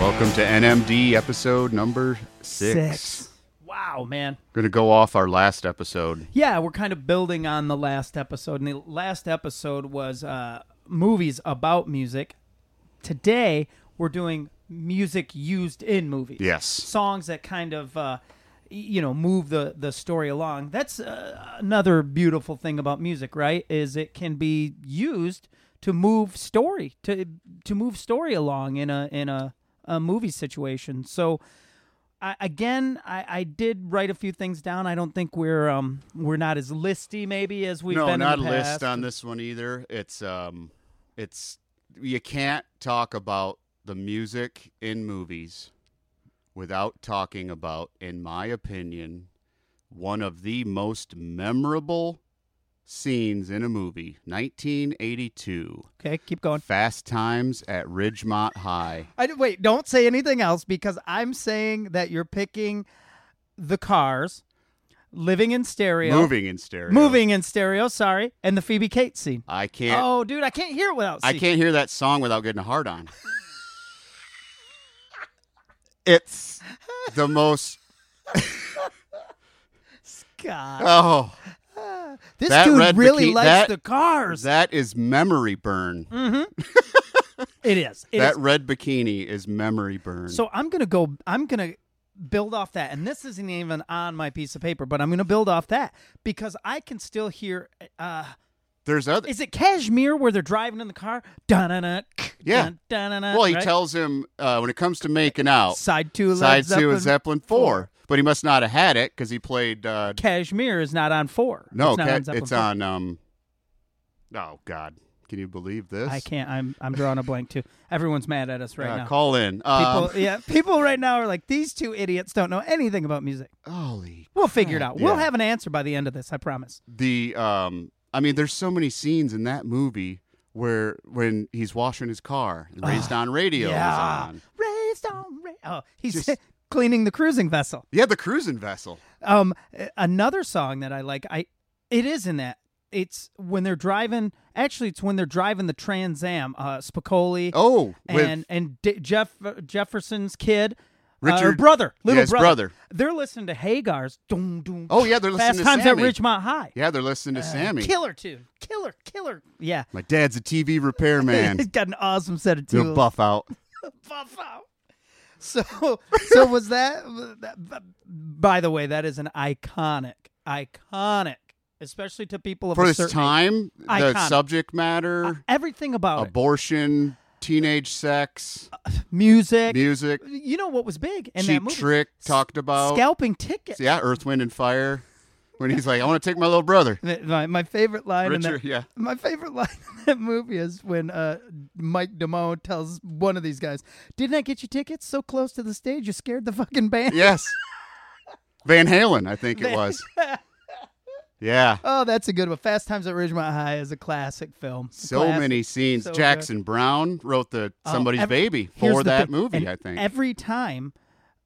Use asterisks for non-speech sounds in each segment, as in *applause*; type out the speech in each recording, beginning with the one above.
Welcome to NMD episode number 6 Six. Wow, man. Gonna go off our last episode. Yeah, we're kind of building on the last episode. And the last episode was uh, movies about music. Today, we're doing music used in movies. Yes. Songs that kind of. Uh, y- you know, move the the story along. That's uh, another beautiful thing about music, right? Is it can be used to move story to to move story along in a in a, a movie situation. So, I, again, I, I did write a few things down. I don't think we're um we're not as listy maybe as we've no, been. not in the a past. list uh, on this one either. It's um it's you can't talk about the music in movies without talking about, in my opinion, one of the most memorable scenes in a movie, nineteen eighty two. Okay, keep going. Fast Times at Ridgemont High. I d- wait. Don't say anything else because I'm saying that you're picking the Cars, Living in Stereo, Moving in stereo. Moving in Stereo. Sorry, and the Phoebe Cates scene. I can't Oh, dude, I can't hear it without. I seeing- can't hear that song without getting a hard on. it's the *laughs* most God, oh this that red dude really bikini- likes that- the Cars. that is memory burn. Mm-hmm. *laughs* it is. It is. that red bikini is memory burn. So I'm gonna go. I'm gonna build off that, and this isn't even on my piece of paper, but I'm gonna build off that because I can still hear. Uh, there's other is it Kashmir where they're driving in the car? Dun dun dun. Yeah. Dun dun dun. well he right? tells him uh, when it comes to making out side two. Led side two Zeppelin. is Zeppelin four, but he must not have had it because he played uh, Kashmir is not on four. no it's not ca- on. Zeppelin it's four. on um oh god can you believe this I can't. I'm I'm drawing a blank too. Everyone's mad at us right Uh, now. call in um, people, *laughs* yeah, people right now are like these two idiots don't know anything about music. Um, holy We'll figure it out. We'll yeah. have an answer by the end of this. I promise. the um I mean there's so many scenes in that movie where when he's washing his car and raised on radio is on. Raised on ra- Oh, he's Just- *laughs* cleaning the cruising vessel. Yeah, the cruising vessel. Um, a- another song that I like, I it is in that. It's when they're driving. Actually, it's when they're driving the Trans Am. Uh, Spicoli Oh, with and and D- Jeff Jefferson's kid, uh, or Richard- brother, little yeah, his brother. They're listening to Hagar's. Doom, doom, Oh, yeah, they're listening Fast to Times Sammy. at Uh, Ridgemont High. yeah, they're listening to Sammy. Killer tune, killer, killer. Yeah, My dad's a TV *laughs* repairman. he's got an awesome set of He'll tunes. buff out. Puff out. So, so was that, that- By the way, that is an iconic, iconic, especially to people of For a this certain time, the Iconic. subject age. matter, Everything Oh. about it. abortion, teenage sex, music. music, You know what was big in that cheap movie? trick talked about. Scalping tickets. Yeah, Earth, Wind and Fire. When he's like, I want to take my little brother. My, my favorite line in Richard, that. yeah. My favorite line in that movie is when uh, Mike Damone tells one of these guys, "Didn't I get you tickets so close to the stage? You scared the fucking band." Yes. Van Halen, I think it Van- *laughs* was. Yeah. Oh, that's a good one. Fast Times at Ridgemont High is a classic film. So Classic. many scenes. So good. Jackson Brown wrote the Oh, Somebody's every- Baby here's for the that thing. movie, And I think. Every time,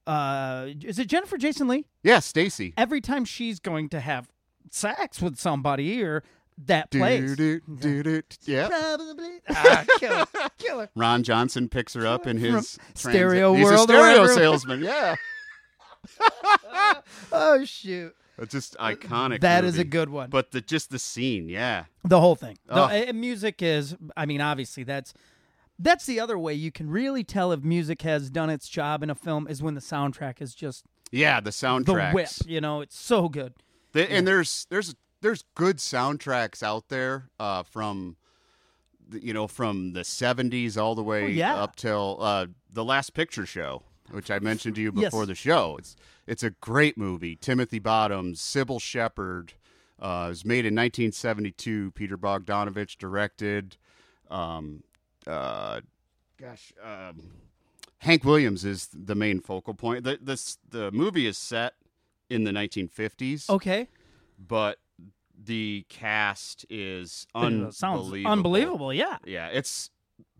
uh, is it Jennifer Jason Lee? yeah, Stacy. Every time she's going to have sex with somebody or that Do, plays. do, do, do, yeah. Probably. Ah, *laughs* killer. killer. Ron Johnson picks her up in his From transit- Stereo He's World a or stereo whatever. salesman. *laughs* Yeah, Oh, shoot. It's just iconic. That is movie. a good one. But the just the scene, yeah. the whole thing. The- Oh. and music is, I mean, obviously, that's. That's the other way you can really tell if music has done its job in a film is when the soundtrack is just Yeah, the the soundtracks. whip. You know, it's so good. The- And there's there's there's good soundtracks out there uh, from the- you know from the 70s all the way Oh, yeah. up till uh, the Last Picture Show, which I mentioned to you Yes. before the show. It's it's a great movie. Timothy Bottoms, Sybil Shepherd. Uh, it was made in 1972. Peter Bogdanovich directed. Um, uh, gosh, um, Hank Williams is the main focal point. The, this the movie is set in the 1950s Okay. but the cast is It sounds unbelievable. Unbelievable, yeah. Yeah, it's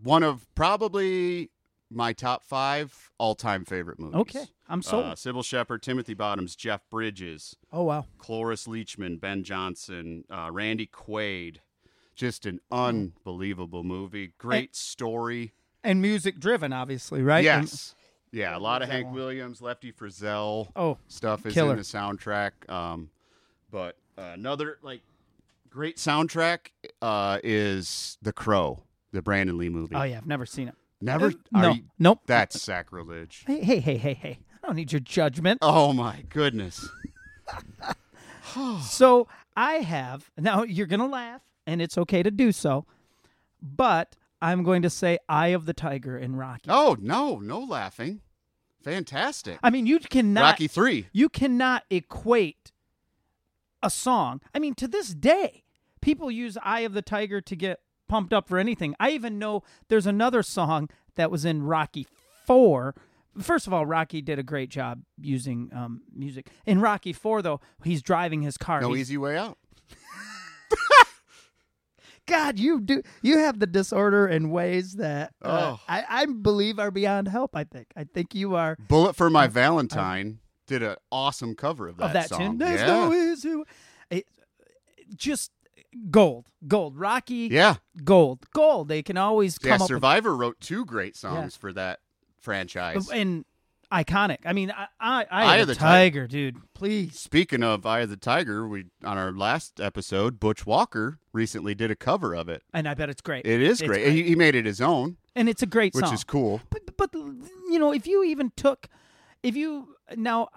one of probably my top five all-time favorite movies. Okay, I'm sold. Uh, Sybil Shepherd, Timothy Bottoms, Jeff Bridges, oh wow, Cloris Leachman, Ben Johnson, uh, Randy Quaid. Just an Hmm. unbelievable movie. Great story. and music driven, obviously, right? yes. Yeah, a lot of that Hank one? Williams, Lefty Frizzell Oh, stuff is killer. in the soundtrack. Um, but uh, another like great soundtrack uh, is The Crow, the Brandon Lee movie. oh yeah, I've never seen it. Never. Uh, are no, you- nope. that's sacrilege. Hey, hey, hey, hey, hey! I don't need your judgment. Oh my goodness. So I have now. You're gonna laugh, and it's okay to do so, but I'm going to say "Eye of the Tiger" in Rocky. Oh no, no laughing. Fantastic. I mean, you cannot Rocky three. you cannot equate a song. I mean, to this day, people use Eye of the Tiger to get pumped up for anything. I even know there's another song that was in Rocky 4. First of all, Rocky did a great job using um, music. In Rocky 4, though, he's driving his car. No He's- easy way out. God, you do you have the disorder in ways that uh, Oh. I, I believe are beyond help. I think I think you are Bullet for My Valentine did an awesome cover of that, of that song. tune. There's yeah. no easy way. It, just gold, gold. Rocky, yeah. gold, gold. They can always come Yeah, up Survivor wrote two great songs for that franchise. with and iconic. I mean, I, I, I Eye had of a the Tiger. tiger, dude. Please, Speaking of Eye of the Tiger, we on our last episode, Butch Walker recently did a cover of it. and I bet it's great. It is It's great. He, he made it his own, and it's a great which song. is cool. but, but you know, if you even took, if you now,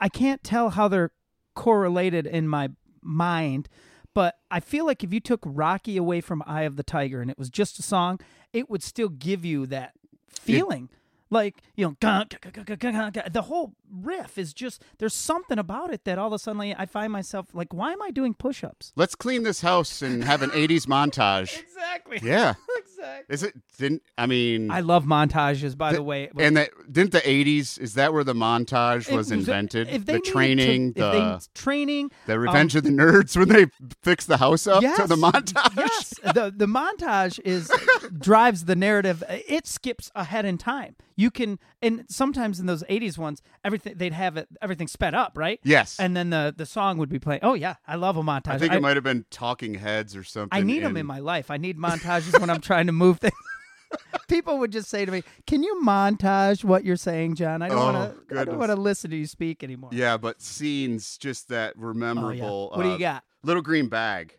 I can't tell how they're correlated in my mind, but I feel like if you took Rocky away from Eye of the Tiger and it was just a song, it would still give you that feeling. like you know, gun, gun, gun, gun, gun, gun, gun. the whole riff is just there's something about it that all of a sudden like, I find myself like, why am I doing push-ups? Let's clean this house and have an '80s montage. Exactly. Yeah, Exactly. is it? Didn't I mean? I love montages, by the, Th- way. and that didn't the '80s? Is that where the montage It was invented? If the they needed to- training, if the they, training, um, the Revenge of the Nerds when they fix the house up yes, to the montage. Yes, the the montage *laughs* is drives the narrative. It skips ahead in time. You can, and sometimes in those '80s ones, everything they'd have it everything sped up, right? Yes. and then the the song would be playing. Oh yeah, I love a montage. I think it might have been Talking Heads or something. I need them in my life. I need montages when I'm trying to move things. *laughs* People would just say to me, "Can you montage what you're saying, John? I don't Oh, want to. I don't goodness. want to listen to you speak anymore." Yeah, but scenes just that were memorable. Oh, What do you Uh, got? Little Green Bag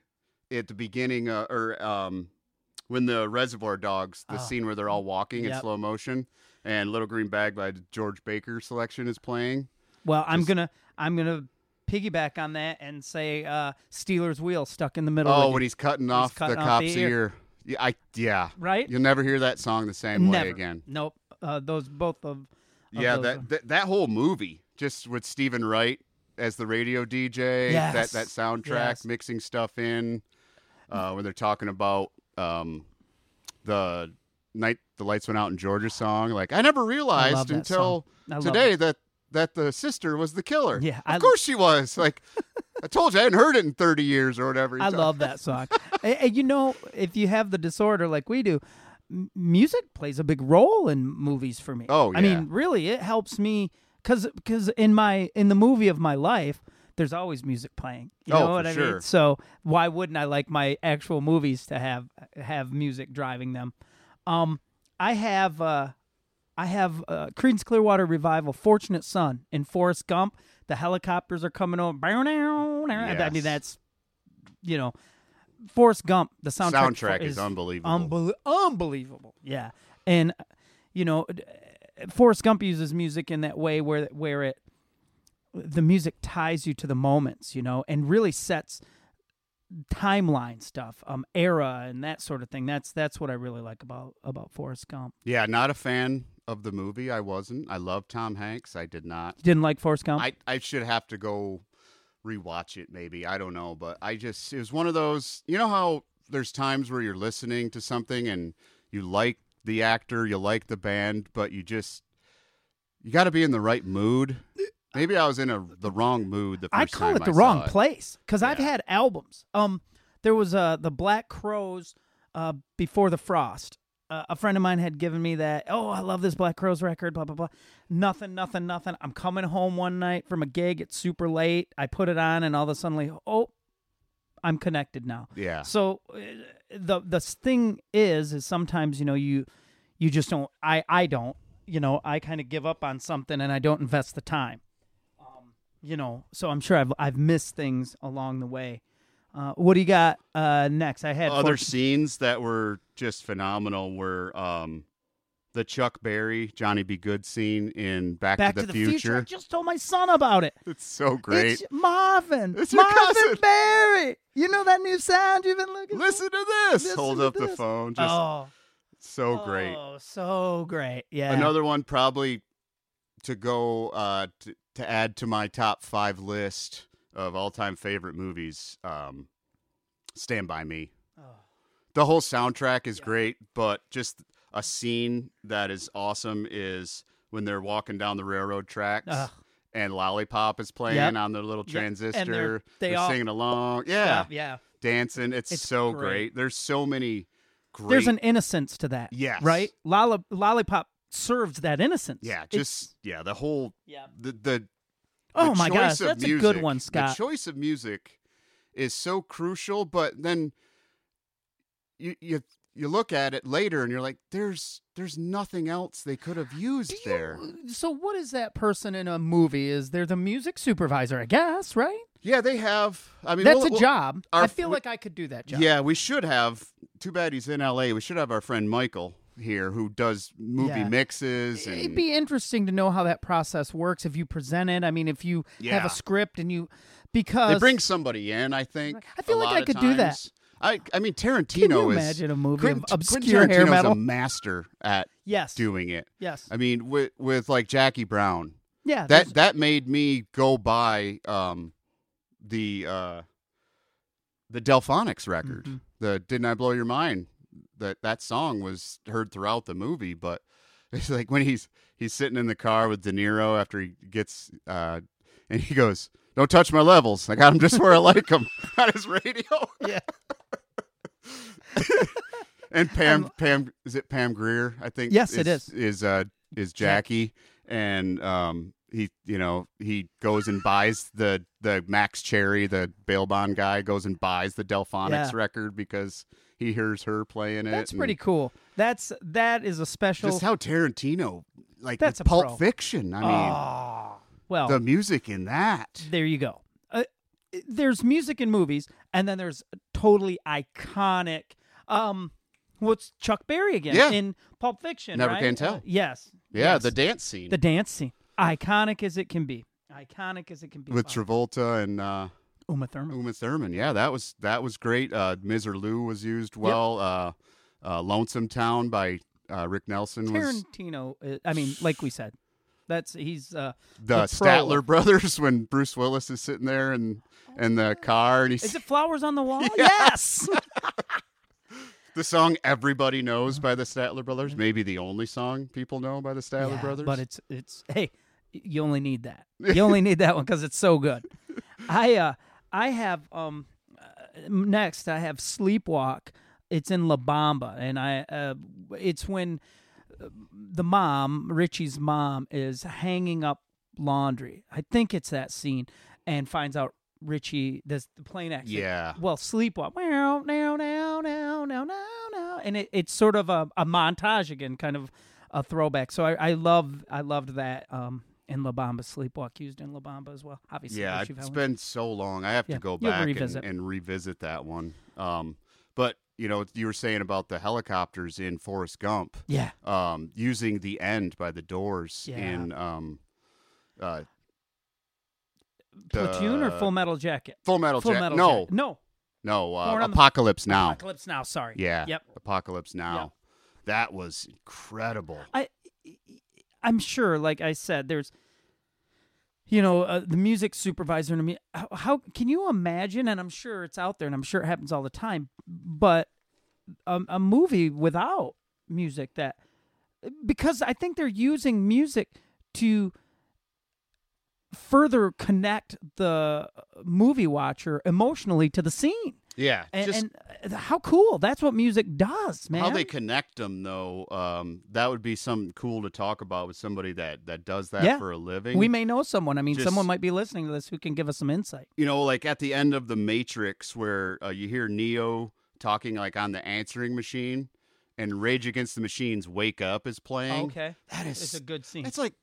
at the beginning, uh, or um, when the Reservoir Dogs, the Oh. scene where they're all walking in Yep. slow motion, and Little Green Bag by the George Baker selection is playing. Well, I'm Just- gonna I'm gonna piggyback on that and say uh, Steeler's wheel stuck in the middle. Oh, with when you, he's cutting off cutting the off cop's the ear. ear. Yeah, I yeah. right? You'll never hear that song the same Never. way again. Nope. Uh, those both of, of yeah, those uh, that, are- that that whole movie just with Stephen Wright as the radio DJ, Yes. that that soundtrack Yes. mixing stuff in uh, when they're talking about um, the night the lights went out in Georgia song. Like I never realized that until I love today that that the sister was the killer. Yeah, of I- course she was. *laughs* Like I told you, I hadn't heard it in thirty years or whatever. I love *laughs* that song. and, and you know, if you have the disorder like we do, m- music plays a big role in movies for me. Oh, I yeah. mean, really, it helps me because because in my in the movie of my life, there's always music playing. You Oh, know for what I mean? sure. So why wouldn't I like my actual movies to have have music driving them? Um, I have uh, I have uh, Creedence Clearwater Revival, Fortunate Son, and Forrest Gump. The helicopters are coming over. I mean, Yes. that's you know, Forrest Gump. The soundtrack, for- Soundtrack is unbelievable. unbel- unbelievable. Yeah, and uh, you know, d- uh, Forrest Gump uses music in that way where where it the music ties you to the moments, you know, and really sets timeline stuff, um, era and that sort of thing. That's that's what I really like about about Forrest Gump. Yeah, not a fan of the movie. I wasn't. I love Tom Hanks. I did not. You didn't like Forrest Gump? I, I should have to go rewatch it maybe. I don't know, but I just it was one of those you know how there's times where you're listening to something and you like the actor, you like the band, but you just you got to be in the right mood. Maybe I was in a the wrong mood the first I call time it the I wrong saw it. place because I've Yeah. had albums. Um, there was uh the Black Crows, uh, before the frost. Uh, a friend of mine had given me that. Oh, I love this Black Crows record. Blah blah blah. Nothing, nothing, nothing. I'm coming home one night from a gig. It's super late. I put it on, and all of a sudden, like, oh, I'm connected now. Yeah. So uh, the the thing is, is sometimes you know you you just don't. I I don't. you know, I kind of give up on something and I don't invest the time. Um, you know, so I'm sure I've I've missed things along the way. Uh, what do you got uh, next? I had Other four- scenes that were just phenomenal were um, the Chuck Berry, Johnny Be Good scene in Back, Back to the, future. I just told my son about it. *laughs* It's so great. It's Marvin. It's your Marvin cousin. Barry. You this. You know that new sound you've been looking Listen to this. Listen Hold to up the this. phone. for? Just oh, so great. Oh, so great. Yeah. Another one probably to go uh, to, to add to my top five list of all-time favorite movies. Um, Stand by Me. Oh. The whole soundtrack is Yeah. great, but just a scene that is awesome is when they're walking down the railroad tracks. Ugh. And Lollipop is playing Uh-huh. Yep. on their little Yep. And they're- transistor. they are all singing along. Yeah. Yeah. Yeah. Dancing. It's, It's so great. great. There's so many great. There's an innocence to that. Yes. Right? Lolli- Lollipop serves that innocence. Yeah, It's- just yeah, the whole yeah. the the Oh the my choice gosh, of that's a music- good one, The Scott. choice of music is so crucial, but then you you you look at it later and you're like, there's there's nothing else they could have used Do you- there. So what is that person in a movie? Is they're the music supervisor, I guess, right? Yeah, they have. I mean, That's we'll- a we'll- job. our- I feel we- like I could do that job. Yeah, we should have. Too bad he's in L.A. We should have our friend Michael here who does movie Yeah. mixes and It'd be interesting to know how that process works if you present it. I mean, if you have Yeah. a script and you they because bring somebody in. I think. I feel a like lot I of could do that. times. I I mean Tarantino can you is imagine a movie Quentin, of obscure Quentin Tarantino's hair a metal? master at yes, doing it. yes, I mean, with with like Jackie Brown, yeah. there's- that that made me go buy um the uh the Delphonics record. Mhm. The "Didn't I Blow Your Mind" that that song was heard throughout the movie, but *laughs* it's like when he's he's sitting in the car with De Niro after he gets uh and he goes, "Don't touch my levels. I got them just where I like them." *laughs* on his radio. *laughs* yeah. *laughs* *laughs* And Pam, Pam, is it Pam Greer? I think. Yes, is, it is. Is uh, is Jackie, and um, he, you know, he goes and buys the the Max Cherry, the bail bond guy, goes and buys the Delphonics Yeah. record because he hears her playing it. That's and pretty cool. That's that is a special. Just how Tarantino, like That's with a Pulp pro. Fiction. I mean, Ah, well, the music in that. there you go. Uh, there's music in movies, and then there's totally iconic. Um, what's Chuck Berry again Yeah. in Pulp Fiction? Never right? Can Tell. Uh, yes. Yeah, yes. the dance scene the dance scene, iconic as it can be, iconic as it can be. with Wow. Travolta and. uh Uma Thurman. Uma Thurman. Yeah, that was that was great. Uh, Ms. or Lou was used well. Uh, uh, Lonesome Town by uh, Rick Nelson was Tarantino. uh, I mean, like we said, that's he's uh, the, the pro- Statler brothers *laughs* when Bruce Willis is sitting there and in the car and he's Is *laughs* it flowers on the wall? Yes! the song everybody knows Uh-huh. by the Statler brothers. Maybe the only song people know by the Statler Yeah, brothers. But it's it's hey, y- you only need that. You only need that one because it's so good. I uh I have um uh, next I have Sleepwalk. It's in La Bamba, and I uh it's when uh, the mom Richie's mom is hanging up laundry. I think it's that scene, and finds out. Richie, this the plane accident. Yeah. Well, sleepwalk. Now, now, now, now, now, now, now, and it, it's sort of a, a montage again, kind of a throwback. So I, I love I loved that um in La Bamba Sleepwalk used in La Bamba as well. Obviously, yeah, Richie it's Valens. been so long. I have Yeah, to go you'll back revisit. And, and revisit that one. Um, but you know, you were saying about the helicopters in Forrest Gump. yeah, um, using the end by the doors Yeah. in um, uh, the- Platoon or Full Metal Jacket. Full Metal Full Jacket. Metal no, Jacket. no, no, uh, Born on the- Apocalypse Now. Apocalypse Now. Sorry. Yeah, Yep. Apocalypse Now. That was incredible. I, I'm sure. Like I said, there's, you know, uh, the music supervisor. And me, how, how can you imagine? And I'm sure it's out there, and I'm sure it happens all the time. But a, a movie without music that, because I think they're using music to further connect the uh, movie watcher emotionally to the scene. Yeah, And, just and uh, how cool! That's what music does, man. how they connect them though. Um, that would be something cool to talk about with somebody that that does that Yeah. for a living. we may know someone. I mean, Just- someone might be listening to this who can give us some insight. you know, like at the end of the Matrix, where uh, you hear Neo talking like on the answering machine, and Rage Against the Machine's "Wake Up" is playing. Okay. that is It's a good scene. It's like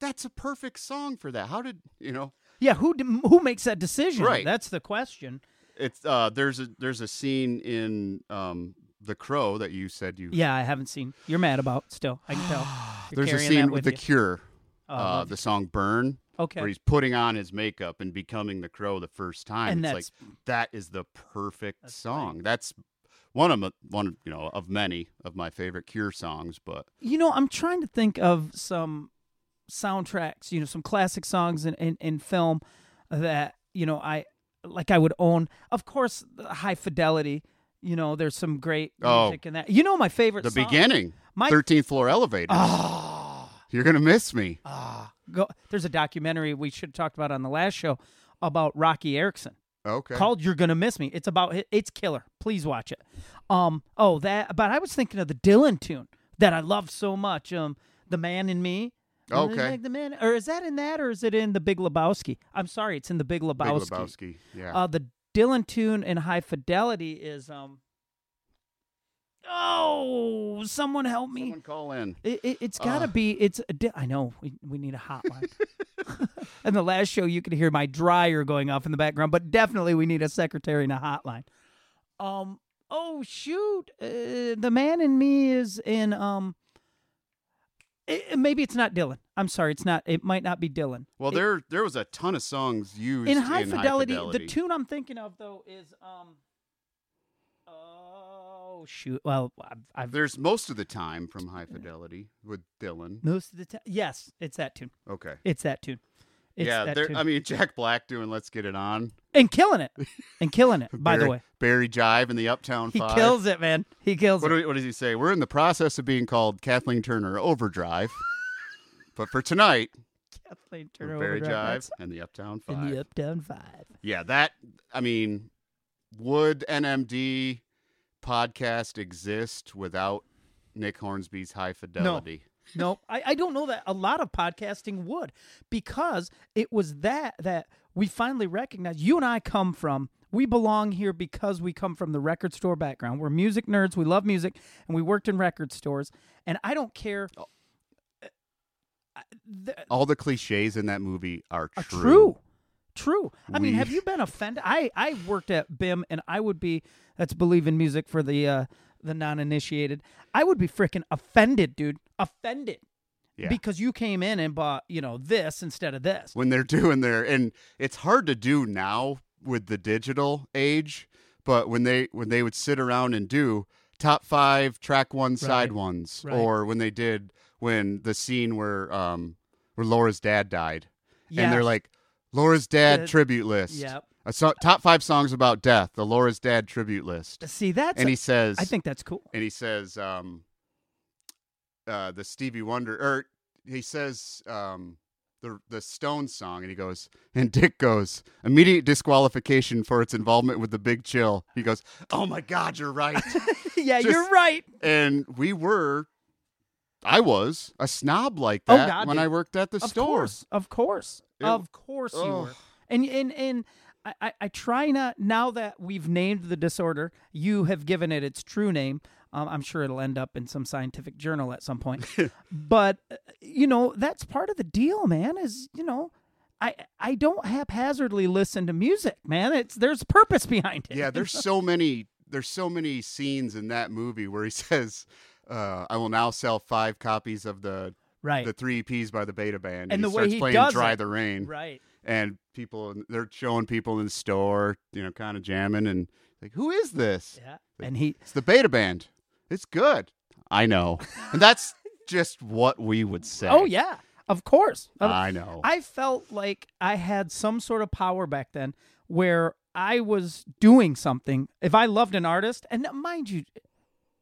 that's a perfect song for that. How did you know? Yeah, who d- who makes that decision? Right. That's the question. It's uh, there's a there's a scene in um, The Crow that you said you Yeah, I haven't seen. You're mad about still. I can *sighs* tell. You're There's a carrying scene that with with The you. Cure, Oh, uh, love the song "Burn," Okay. where he's putting on his makeup and becoming the Crow the first time. And it's like that is the perfect That's song. That's one of my, one you know of many of my favorite Cure songs. But You know, I'm trying to think of some soundtracks, you know, some classic songs in, in, in film that, you know, I like I would own. Of course, the high fidelity, you know, there's some great Oh. music in that. You know my favorite the song. Ah. beginning, My- Uh, thirteenth floor elevator. You're gonna miss me. Ah, Go, there's a documentary we should have talked about on the last show about Rocky Erickson. okay. called "You're Gonna Miss Me." It's about it's killer. Please watch it. Um, oh that, but I was thinking of the Dylan tune that I love so much. Um, "The Man in Me." Okay. Like the man, or is that in that, or is it in the Big Lebowski? I'm sorry, it's in the Big Big Lebowski. Lebowski. Yeah. Uh, the Dylan tune in High Fidelity is um. Oh, someone help me! Someone call in. It, it, it's got to be. It's. a di- I know we, we need a hotline. *laughs* and the last show, you could hear my dryer going off in the background, but definitely we need a secretary and a hotline. Um. Oh shoot! Uh, the man in me is in. Um. it- it- maybe it's not Dylan. I'm sorry. It's not. It might not be Dylan. Well, there there was a ton of songs used In high, fidelity, Fidelity. the tune I'm thinking of though is um. Oh shoot! Well, I've, I've There's most of the time from High Fidelity with Dylan. most of the time. Yes, it's that tune. Okay. It's that tune. It's yeah, that there, tune. I mean Jack Black doing "Let's Get It On." and killing it, and killing it. By the Barry- way, Barry Jive in the Uptown he Five. kills it, man. He kills What, it. do we- what does he say? We're in the process of being called Kathleen Turner Overdrive, but for tonight, Kathleen we're Turner Barry Overdrive. Jive and the Uptown That's Five. in the Uptown Five. Yeah, that I mean, would NMD podcast exist without Nick Hornsby's High Fidelity? No, I, I don't know that a lot of podcasting would because it was that that we finally recognized you and I come from. We belong here because we come from the record store background. We're music nerds. We love music and we worked in record stores. And I don't care. I- the- All the cliches in that movie are are true. Uh, true. True. I mean, We- have you been offended? I I worked at BIM, and I would be. Let's believe in music for the uh, the non-initiated. I would be freaking offended, dude. Offended Yeah. because you came in and bought you know this instead of this. when they're *laughs* doing their and it's hard to do now with the digital age but when they when they would sit around and do top five track one side ones right. or when they did when the scene where um where laura's dad died and Yes. they're like laura's dad Dad- tribute list Yep. a so- top five songs about death the laura's dad tribute list See, that's. and he says I think that's cool. *laughs* and he says um uh the Stevie Wonder or he says um the the Stone song and he goes and Dick goes immediate disqualification for its involvement with the Big Chill. He goes, "Oh my god, you're *laughs* right." yeah, just- you're right. and we were I was a snob like Oh, that God, when dude. I worked at the Of store. course, of course, It- of course you Ugh. were. And and and I, I, I try not now that we've named the disorder, you have given it its true name. Um, I'm sure it'll end up in some scientific journal at *laughs* some point. but uh, you know that's part of the deal, man. Is you know. I, I don't haphazardly listen to music, man. It's there's purpose behind it. Yeah, there's so many there's so many scenes in that movie where he *laughs* says uh, I will now sell five copies of the right, the three EPs by the Beta Band, and, And he the way starts he playing does "Dry it. the Rain," right. and people they're showing people in the store, you know, kind of jamming, and like, who is this? Yeah, and he It's the Beta Band. It's good. I know, and *laughs* that's just what we would say. Oh yeah, of course. Of- I know. I felt like I had some sort of power back then, where I was doing something. If I loved an artist, and mind you,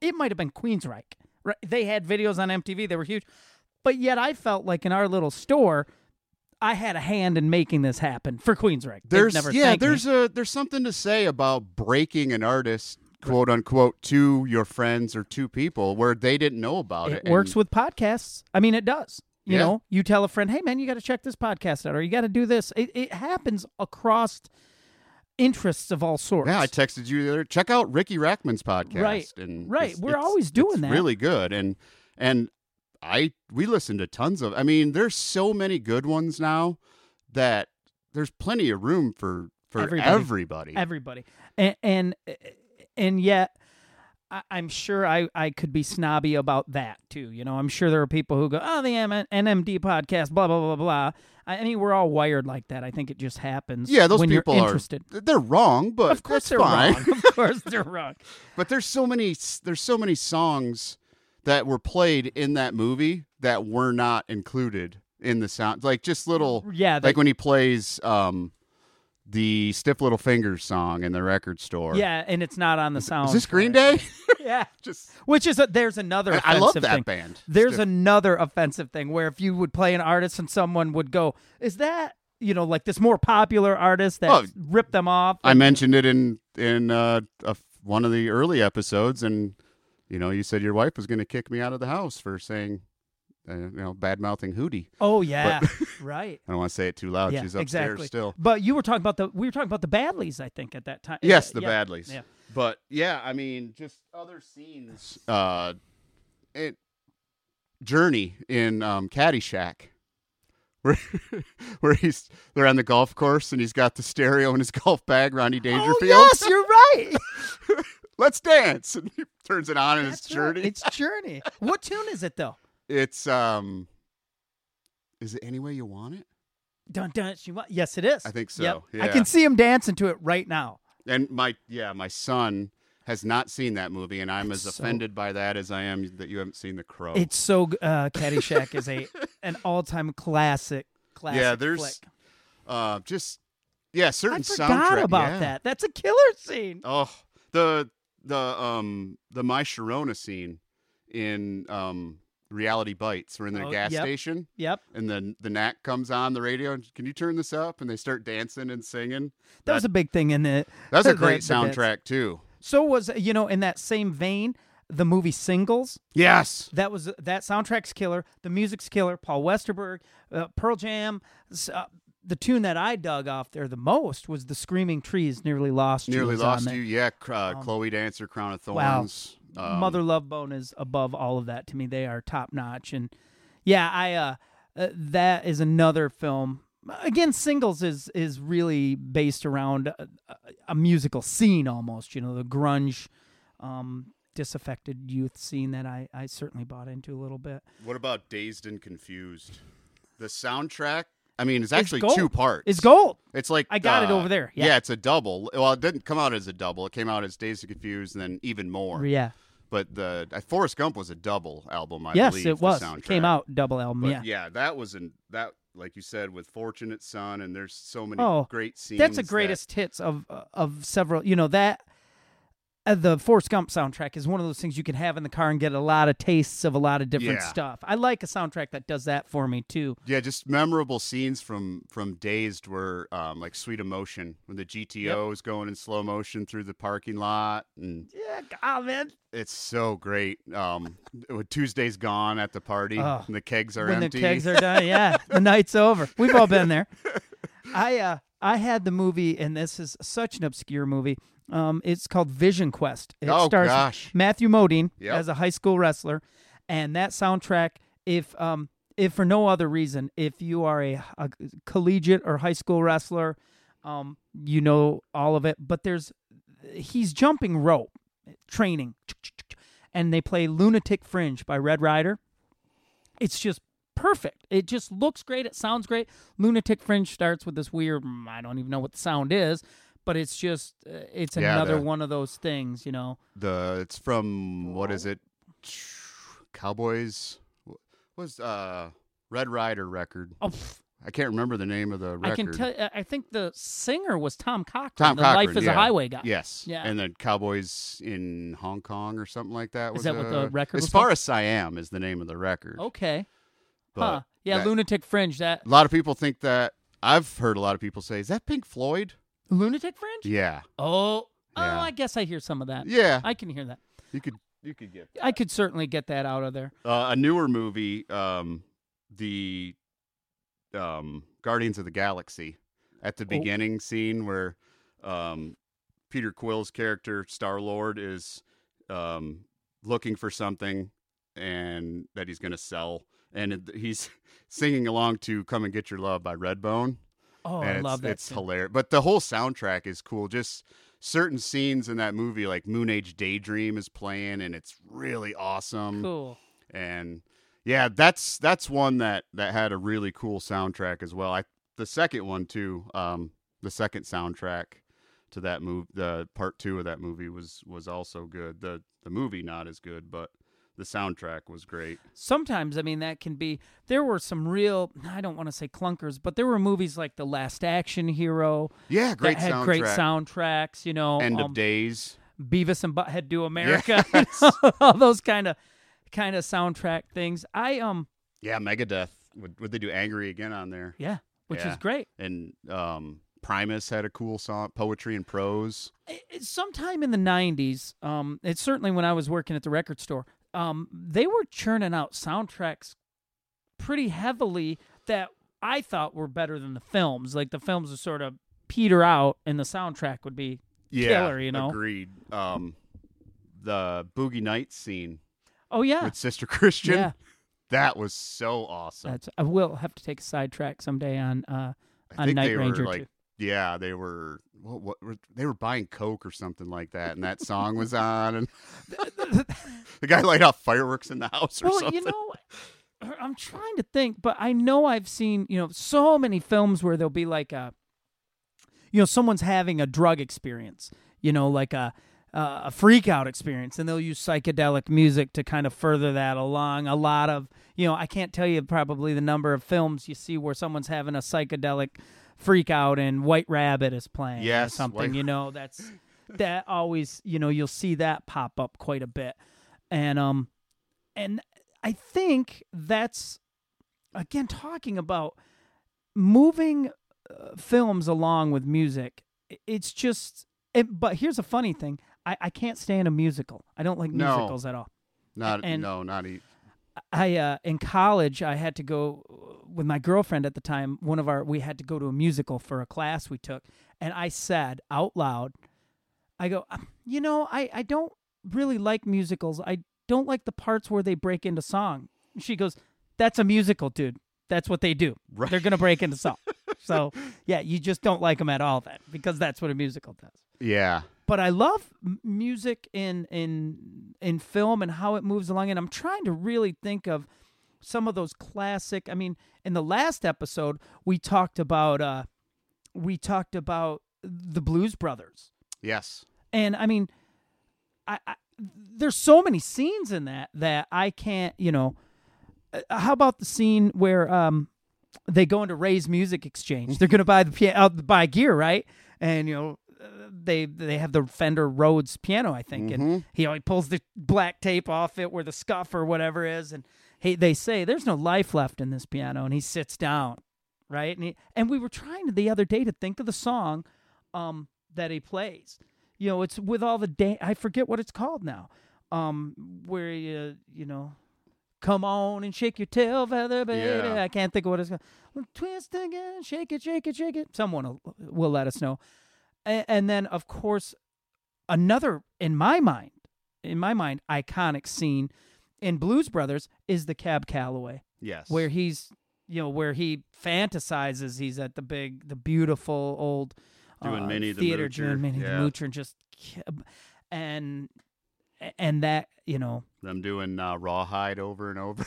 it might have been Queensryche. Right? They had videos on MTV; they were huge. But yet, I felt like in our little store, I had a hand in making this happen for Queensryche. They've there's never yeah, thanked me. there's a there's something to say about breaking an artist, quote unquote, to your friends or to people where they didn't know about it. it works with podcasts. I mean, it does. You Yeah. know, you tell a friend, "Hey, man, you got to check this podcast out," or "You got to do this." It, it happens across interests of all sorts. Yeah, I texted you the other. Check out Ricky Rackman's podcast. Right, and right. We're always doing it's that. Really good, and and I we listen to tons of. I mean, there's so many good ones now that there's plenty of room for for Everybody. everybody. everybody, and and, eh, and yet. I- I'm sure I, I could be snobby about that too. You know, I'm sure there are people who go, oh, the M- NMD podcast, blah, blah, blah, blah. I I mean, we're all wired like that. I think it just happens. yeah, those when people you're are interested. They're wrong, but Of that's course they're fine. *laughs* wrong. Of course they're wrong. But there's so many there's so many songs that were played in that movie that were not included in the sound. Like just little Yeah, they- like when he plays um the Stiff Little Fingers song in the record store. yeah, and it's not on the sound. Is this for Green it. *laughs* Day? *laughs* Yeah, just which is a, there's another. I- I love offensive that thing. band. There's Stiff- another offensive thing where if you would play an artist and someone would go, "Is that you know like this more popular artist that Oh. ripped them off?" I mentioned it in in uh, a f one of the early episodes, and you know, you said your wife was going to kick me out of the house for saying, uh, you know, bad mouthing Hootie. *laughs* oh yeah, right. I don't want to say it too loud. yeah, She's upstairs exactly. still. But you were talking about the we were talking about the Badleys, I think, at that time. Yes, Yeah, the yeah. Badleys. yeah. But yeah, I mean, just other scenes. Uh, it journey in um, Caddyshack. *laughs* Where, where he's they're on the golf course and he's got the stereo in his *laughs* golf bag, Ronnie Dangerfield. Oh yes, you're right. *laughs* Let's dance. And he turns it on and it's That's right. journey. It's Journey. What tune is it though? It's um is it any way you want it? Dun dun. She wa- Yes, it is. I think so, Yep. I yeah. can see him dancing to it right now. And my yeah, my son has not seen that movie and I'm It's as so- offended by that as I am that you haven't seen The Crow. It's so g- uh, Caddyshack is a an all time classic. Classic *laughs* Yeah, there's flick. uh just yeah, certain I forgot soundtrack- about yeah. that. That's a killer scene. Oh, the the um the My Sharona scene in um Reality Bites. We're in the Oh, gas yep. station Yep, and then the knack comes on the radio and can you turn this up and they start dancing and singing. that was a big thing in it. That's a the- great the bits. soundtrack too. So was you know in that same vein, the movie Singles. Yes. That was that soundtrack's killer. The music's killer. Paul Westerberg, uh, Pearl Jam. s- Uh, the tune that I dug off there the most was "The Screaming Trees." Nearly lost. you Nearly was on lost there. you, yeah. Cr- Uh, Chloe Dancer, Crown of um, wow. Thorns. um, Mother Love Bone is above all of that to me. They are top notch, and yeah, I uh, uh, that is another film. Again, singles is is really based around a, a- a musical scene almost. You know, the grunge, um, disaffected youth scene that I I certainly bought into a little bit. What about Dazed and Confused? The soundtrack. I mean, it's actually gold. two parts. It's gold. It's like I got it uh, over there, yeah. it's a double. Well, it didn't come out as a double. It came out as Dazed and Confused, and then even more. Yeah. But the uh, Forrest Gump was a double album. I yes, believe, it the was. It came soundtrack. out double album. But yeah. yeah. that was in that, like you said, with Fortunate Son, and there's so many Oh, great scenes. That's the that- greatest hits of of several. You know that uh, the Forrest Gump soundtrack is one of those things you can have in the car and get a lot of tastes of a lot of different Yeah. stuff. I like a soundtrack that does that for me too. Yeah, just memorable scenes from from Dazed were um, like Sweet Emotion when the GTO is going in slow motion through the parking lot, and Yeah, God, man. it's so great. Um, when Tuesday's gone at the party, Oh. and the kegs are when empty. the kegs are done, yeah, *laughs* the night's over. We've all been there. I uh, I had the movie, and this is such an obscure movie. Um, it's called Vision Quest. It Oh, stars gosh. Matthew Modine Yep. as a high school wrestler, and that soundtrack. If um, if for no other reason, if you are a, a collegiate or high school wrestler, um, you know all of it. But there's he's jumping rope training, and they play "Lunatic Fringe" by Red Rider it's just perfect. It just looks great. It sounds great. Lunatic Fringe starts with this weird, mm, I don't even know what the sound is, but it's just, uh, it's Yeah, another the- one of those things, you know. the it's from what is it? Cowboys What was uh Red Rider record. Oh, pff, I can't remember the name of the record. I can tell, I- I think the singer was Tom Cochran, Tom the Cochran, Life is yeah. a Highway guy. Yes. Yeah. And then Cowboys in Hong Kong or something like that. Is Was that what the uh, record As was far called? as Siam is the name of the record. Okay. but huh. Yeah, that- Lunatic Fringe. That A lot of people think that. I've heard a lot of people say, "Is that Pink Floyd?" Lunatic Fringe? Yeah, Oh, Yeah. oh, I guess I hear some of that. yeah. I can hear that. you could you could get I could certainly get that out of there. uh, a newer movie, um, the Oh. um, Guardians of the Galaxy, at the beginning scene where um, Peter Quill's character Star Lord is um, looking for something and that he's going to sell, and it- he's *laughs* singing along to "Come and Get Your Love" by Redbone. Oh, and I it's, love that. It's scene. hilarious. But the whole soundtrack is cool. Just certain scenes in that movie, like Moon Age Daydream, is playing, and it's really awesome. cool. And yeah, that's that's one that that had a really cool soundtrack as well. I the second one too. Um, the second soundtrack to that movie, the part two of that movie was was also good. the The movie not as good, but the soundtrack was great. Sometimes I mean that can be. There were some real. I don't want to say clunkers, but there were movies like The Last Action Hero Yeah, great that had soundtrack. great soundtracks. You know, End um, of days. Beavis and Butthead Do *laughs* America, *laughs* you know, all those kind of kind of soundtrack things. I um Yeah, Megadeth. Would would they do angry again on there? yeah, which Yeah. is great. and um, Primus had a cool song, poetry and prose. I- I- Sometime in the '90s, um, it's certainly when I was working at the record store, um, they were churning out soundtracks pretty heavily that I thought were better than the films. Like the films would sort of peter out, and the soundtrack would be Killer, you know? agreed. Um, the Boogie Nights scene oh yeah, with Sister Christian, Yeah. that was so awesome. that's. I will have to take a sidetrack someday on uh, I on think Night they Ranger were like, too. yeah, they were what, what were- they were buying coke or something like that, and that song *laughs* was on, and the guy laid off fireworks in the house or well, something. you know, uh, I'm trying to think, but I know I've seen you know so many films where there'll be like a, you know, someone's having a drug experience, you know, like a uh, a freak out experience, and they'll use psychedelic music to kind of further that along. A lot of you know, I can't tell you probably the number of films you see where someone's having a psychedelic freak out and White Rabbit is playing Yes, or something. White- You know, that's that always you know you'll see that pop up quite a bit, and um and I think that's again talking about moving uh, films along with music. I- It's just, it, but here's a funny thing: I, I can't stand a musical. I don't like No. musicals at all. not and- no, not e- I uh, in college I had to go uh, with my girlfriend at the time. One of our we had to go to a musical for a class we took, and I said out loud, "I go, "Um, you know, I I don't really like musicals. I don't like the parts where they break into song." She goes, "That's a musical, dude. That's what they do. Right. They're gonna break into song." so yeah, you just don't like them at all then because that's what a musical does yeah. but I love m- music in in in film and how it moves along. And I'm trying to really think of some of those classic. I mean, in the last episode, we talked about uh, we talked about the Blues Brothers, Yes. and I mean, I, I there's so many scenes in that that I can't. You know, Uh, how about the scene where um they go into Ray's Music Exchange? They're gonna buy the pia- uh, buy gear, right? And you know. uh, They they have the Fender Rhodes piano, I think, and he, you know, he pulls the black tape off it where the scuff or whatever is, and he they say there's no life left in this piano, and he sits down, right? And he, and we were trying the other day to think of the song, um, that he plays. You know, it's with all the day. I forget what it's called now. Um, where you you know, come on and shake your tail feather, baby. Yeah. I can't think of what it's called. Twist again, shake it, shake it, shake it. Someone will, will let us know. And, and then, of course, another in my mind, in my mind, iconic scene in Blues Brothers is the Cab Calloway Yes. where he's you know where he fantasizes he's at the big the beautiful old Doing uh, Minnie the theater Moocher, doing Minnie yeah. the Moocher and just ki- and and that you know them doing uh, rawhide over and over.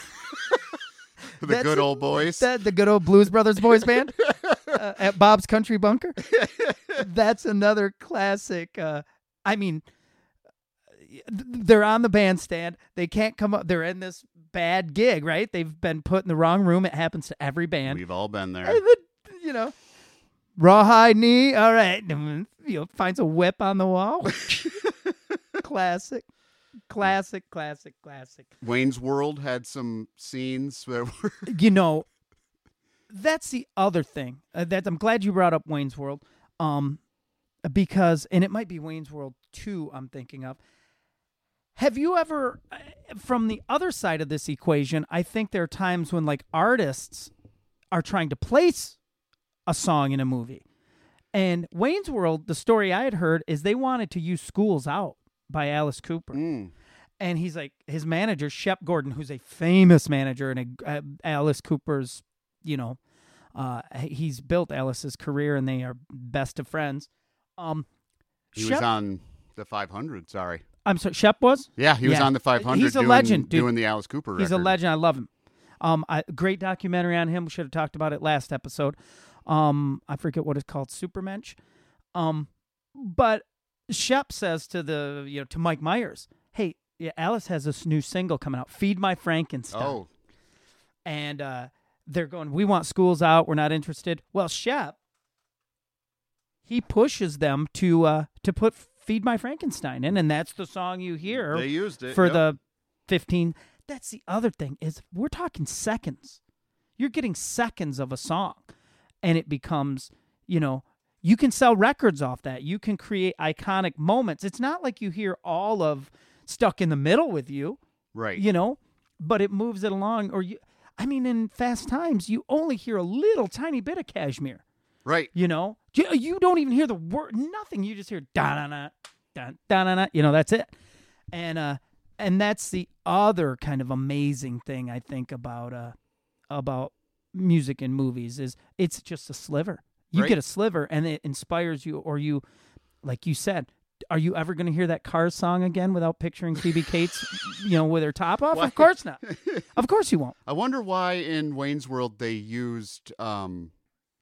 *laughs* the That's good a- old boys. that the good old Blues Brothers boys *laughs* band uh, at Bob's Country Bunker. That's another classic. Uh, I mean, th- they're on the bandstand. They can't come up. They're in this bad gig, right? They've been put in the wrong room. It happens to every band. We've all been there. And then, you know, rawhide knee. All right, *laughs* you know, finds a whip on the wall. classic, classic, classic, classic. Wayne's World had some scenes that *laughs* were You know, that's the other thing uh, that I'm glad you brought up Wayne's World, um, because and it might be Wayne's World two. I'm thinking of. Have you ever, uh, from the other side of this equation, I think there are times when like artists are trying to place a song in a movie And Wayne's World, the story I had heard is they wanted to use Schools Out by Alice Cooper. Mm. And he's like, his manager, Shep Gordon, who's a famous manager and a, uh, Alice Cooper's, you know, uh, he's built Alice's career and they are best of friends. Um, He Shep- was on the 500. Sorry. I'm sorry, Shep was? Yeah, he was Yeah. on the 500. He's a doing, legend, dude. Doing the Alice Cooper. He's a record. legend. I love him. Um, I, great documentary on him. We should have talked about it last episode. Um, I forget what it's called, Supermensch. Um, but Shep says to the you know to Mike Myers, "Hey, yeah, Alice has this new single coming out, Feed My Frankenstein." Oh, and uh, they're going, "We want schools out. We're not interested." Well, Shep, he pushes them to uh, to put "Feed My Frankenstein" in, and that's the song you hear they used it for yep. the 15 that's the other thing is we're talking seconds you're getting seconds of a song and it becomes you know you can sell records off that you can create iconic moments it's not like you hear all of stuck in the middle with you right. you know but it moves it along or you i mean in fast times you only hear a little tiny bit of cashmere Right. you know, you, you don't even hear the word, nothing. You just hear da da da da da da. You know, that's it. And uh, and that's the other kind of amazing thing I think about uh, about music and movies is it's just a sliver. You Right. get a sliver, and it inspires you, or you, like you said. Are you ever going to hear that Cars song again without picturing Phoebe Cates, you know, with her top off? Why? Of *laughs* course not. Of course you won't. I wonder why in Wayne's World they used um,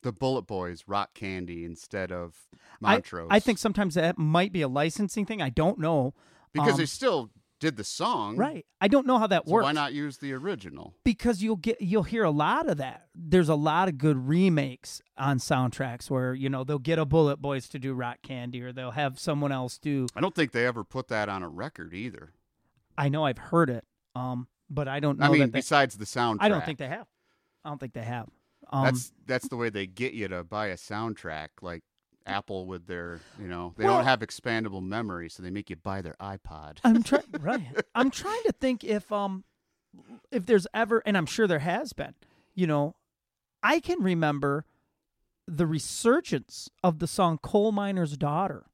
the Bullet Boys rock candy instead of I- Montrose. I, think sometimes that might be a licensing thing. I don't know. because um, they still did the song, Right. I don't know how that Mm. So works. why not use the original? Because you'll get you'll hear a lot of that. There's a lot of good remakes on soundtracks where you know they'll get a Bullet Boys to do Rock Candy or they'll have someone else do. I don't think they ever put that on a record either. I know I've heard it, um, but I don't know I mean, that. They, besides the soundtrack, I don't think they have. I don't think they have. Um, that's that's the way they get you to buy a soundtrack, like Apple with their, you know, they Well- don't have expandable memory, so they make you buy their iPod. I'm trying. right. I'm trying to think if um if there's ever, and I'm sure there has been. You know, I can remember the resurgence of the song "Coal Miner's Daughter"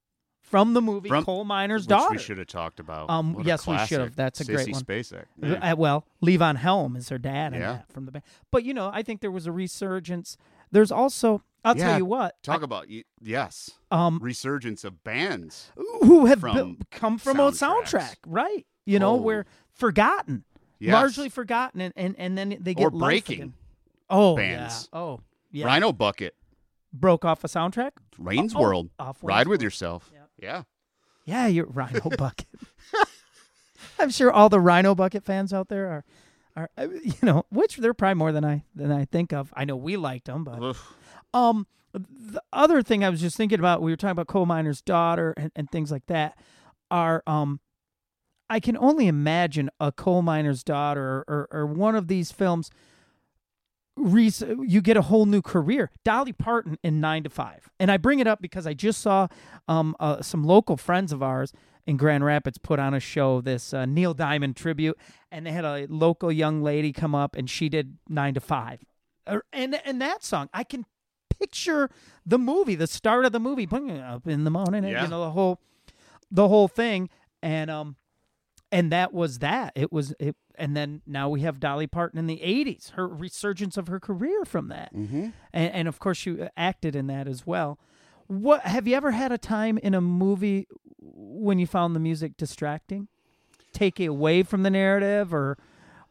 from the movie From- "Coal Miner's Which Daughter." we should have talked about. Um, What a yes, we should classic. have. That's a great Sissy one. Spacek. Yeah. Uh, well, Levon Helm is her dad, and Yeah. that from the band. But you know, I think there was a resurgence. There's also, I'll Yeah. tell you what, Talk about y- yes, um, resurgence of bands. who have From built- come from a soundtracks. soundtrack, right? You know, Oh. where forgotten, Yes. largely forgotten, and, and and then they get or life breaking. again. Oh, bands. yeah. Oh, yeah. Rhino Bucket, Broke off a soundtrack. Rain's Oh, oh, World, off Ride Wayne's with Yourself. Yeah, Yeah, you're *laughs* Rhino Bucket. I'm sure all the Rhino Bucket fans out there are, are uh, you know, which they're probably more than I than I think of. I know we liked them, but Oof. um, the other thing I was just thinking about, we were talking about coal miner's daughter and, and things like that, are um, I can only imagine a coal miner's daughter or or, or one of these films. Re- you get a whole new career. Dolly Parton in Nine to Five, and I bring it up because I just saw um uh, some local friends of ours in Grand Rapids put on a show this uh, Neil Diamond tribute, and they had a local young lady come up and she did Nine to Five, Or- and and that song I can picture the movie, the start of the movie, bling, up in the morning, and Yeah. you know the whole the whole thing, and um and that was that. It was it, and then now we have Dolly Parton in the '80s, her resurgence of her career from that, mm-hmm. and, and of course she uh, acted in that as well. What have you ever had a time in a movie when you found the music distracting, take it away from the narrative, or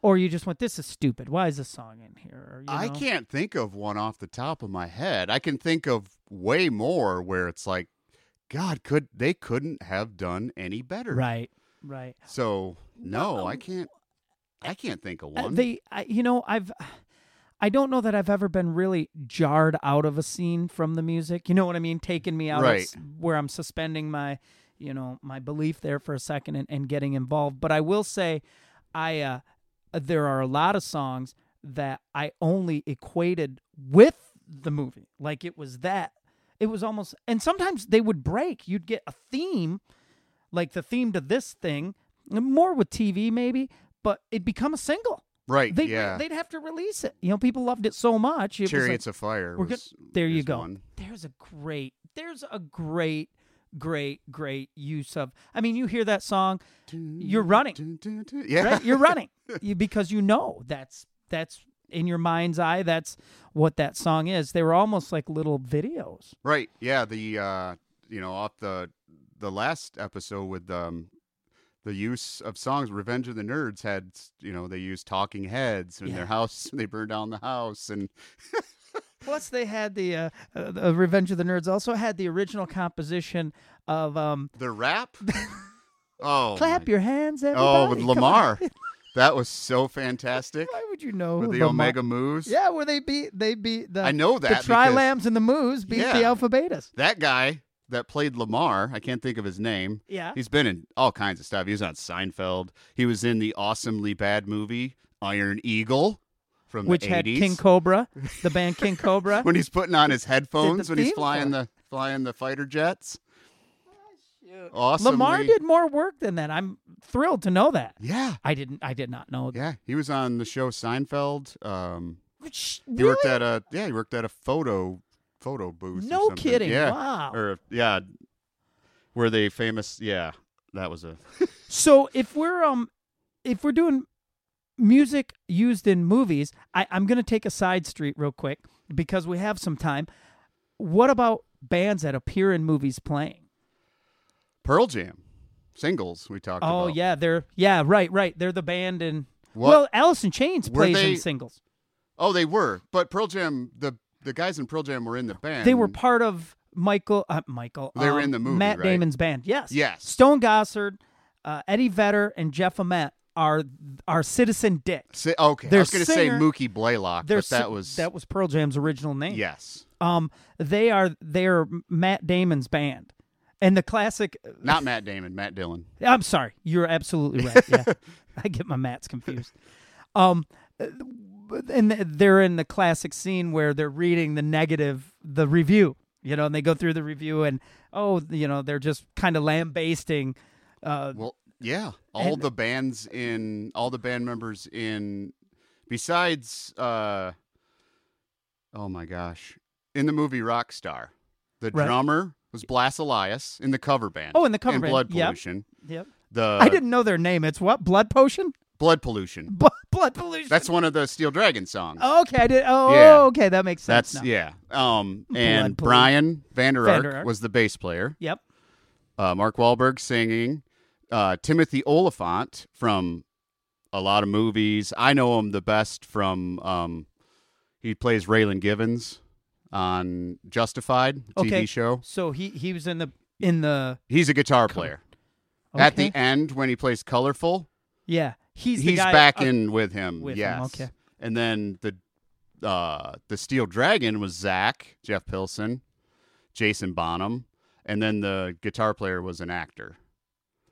or you just went, "This is stupid. Why is this song in here?" Or, you I know? can't think of one off the top of my head. I can think of way more where it's like, God, could they couldn't have done any better? Right, right. So no, I can't. I can't think of um, Uh, one. They, I, you know, I've, I don't know that I've ever been really jarred out of a scene from the music. You know what I mean? Taking me out of Right. s- where I'm suspending my, you know, my belief there for a second and, and getting involved. But I will say, I, uh, there are a lot of songs that I only equated with the movie. Like it was that. It was almost, and sometimes they would break. You'd get a theme like the theme to this thing, more with TV maybe, but it'd become a single. right? They yeah. they'd have to release it. You know, people loved it so much. It was like, Chariots of Fire. we're was, good- there you is go. one. There's a great there's a great great great use of i mean you hear *laughs* that song you're running Yeah. right you're running you, because you know that's that's in your mind's eye that's what that song is they were almost like little videos *laughs* Right. Yeah. The uh, you know off the the last episode with um the use of songs. Revenge of the Nerds had you know they used Talking Heads in Yeah. their house. They burned down the house and plus they had the uh, uh the revenge of the nerds also had the original composition of um the *laughs* rap. oh, clap my- your hands everybody Oh, with Come on. Lamar. That was so *laughs* fantastic. why would you know With the Lamar- Omega Moves. yeah where they beat they beat the I know that the tri because- lambs and the moos beat Yeah. the alpha betas That guy that played Lamar, I can't think of his name. yeah He's been in all kinds of stuff. He was on Seinfeld. He was in the awesomely bad movie Iron Eagle from which the 80s. had king cobra the *laughs* band king cobra when he's putting on his headphones when he's theme flying for the flying the fighter jets. Awesome. Ah, Lamar did more work than that. I'm thrilled to know that. Yeah. I didn't. I did not know. that. Yeah, he was on the show Seinfeld. Um, Which- he really? worked at a yeah, he worked at a photo photo booth. or No something. kidding. Yeah. Wow. Or yeah, were they famous? Yeah, that was a So if we're um, if we're doing music used in movies, I, I'm gonna take a side street real quick because we have some time. What about bands that appear in movies playing? Pearl Jam singles we talked about. Oh yeah, they're yeah right right. They're the band in What- well, Alice in Chains Were plays they- in singles. Oh, they were, but Pearl Jam the the guys in Pearl Jam were in the band. They were part of Michael. Uh, Michael. They were um, in the movie, Matt right? Damon's band. Yes. Yes. Stone Gossard, uh, Eddie Vedder, and Jeff Ament are are Citizen Dick. Si- okay, I their was going to say singer- Mookie Blaylock, They're but ci- that was that was Pearl Jam's original name. yes, Um, they are they are Matt Damon's band, and the classic. not Matt Damon, Matt Dillon. I'm sorry, you're absolutely right. *laughs* Yeah, I get my Matts confused. Um, and they're in the classic scene where they're reading the negative, the review, you know, and they go through the review and oh, you know, they're just kind of lambasting. Uh, Well, yeah, all the bands in all the band members in besides uh oh my gosh, in the movie Rockstar, the Right. drummer was Blas Elias in the cover band. Oh, in the cover in band, Blood yep. Pollution. yep. The I didn't know their name. It's what blood potion, *laughs* Blood Pollution. Bl- blood pollution. That's one of the Steel Dragon songs. Oh, okay. I did. Oh, Yeah. okay. That makes sense. That's now. yeah. Um and Blood Pollution. Brian Vander Ark, Vander Ark. was the bass player. Yep. Uh, Mark Wahlberg singing. Uh, Timothy Oliphant from a lot of movies. I know him the best from um, he plays Raylan Givens on Justified TV Okay. show. So he he was in the in the He's a guitar player. At the okay. end when he plays Colorful, yeah he's he's, the guy, back uh, in with him. with him, yes. okay. And then the uh, the Steel Dragon was Zach Jeff Pilson, Jason Bonham, and then the guitar player was an actor.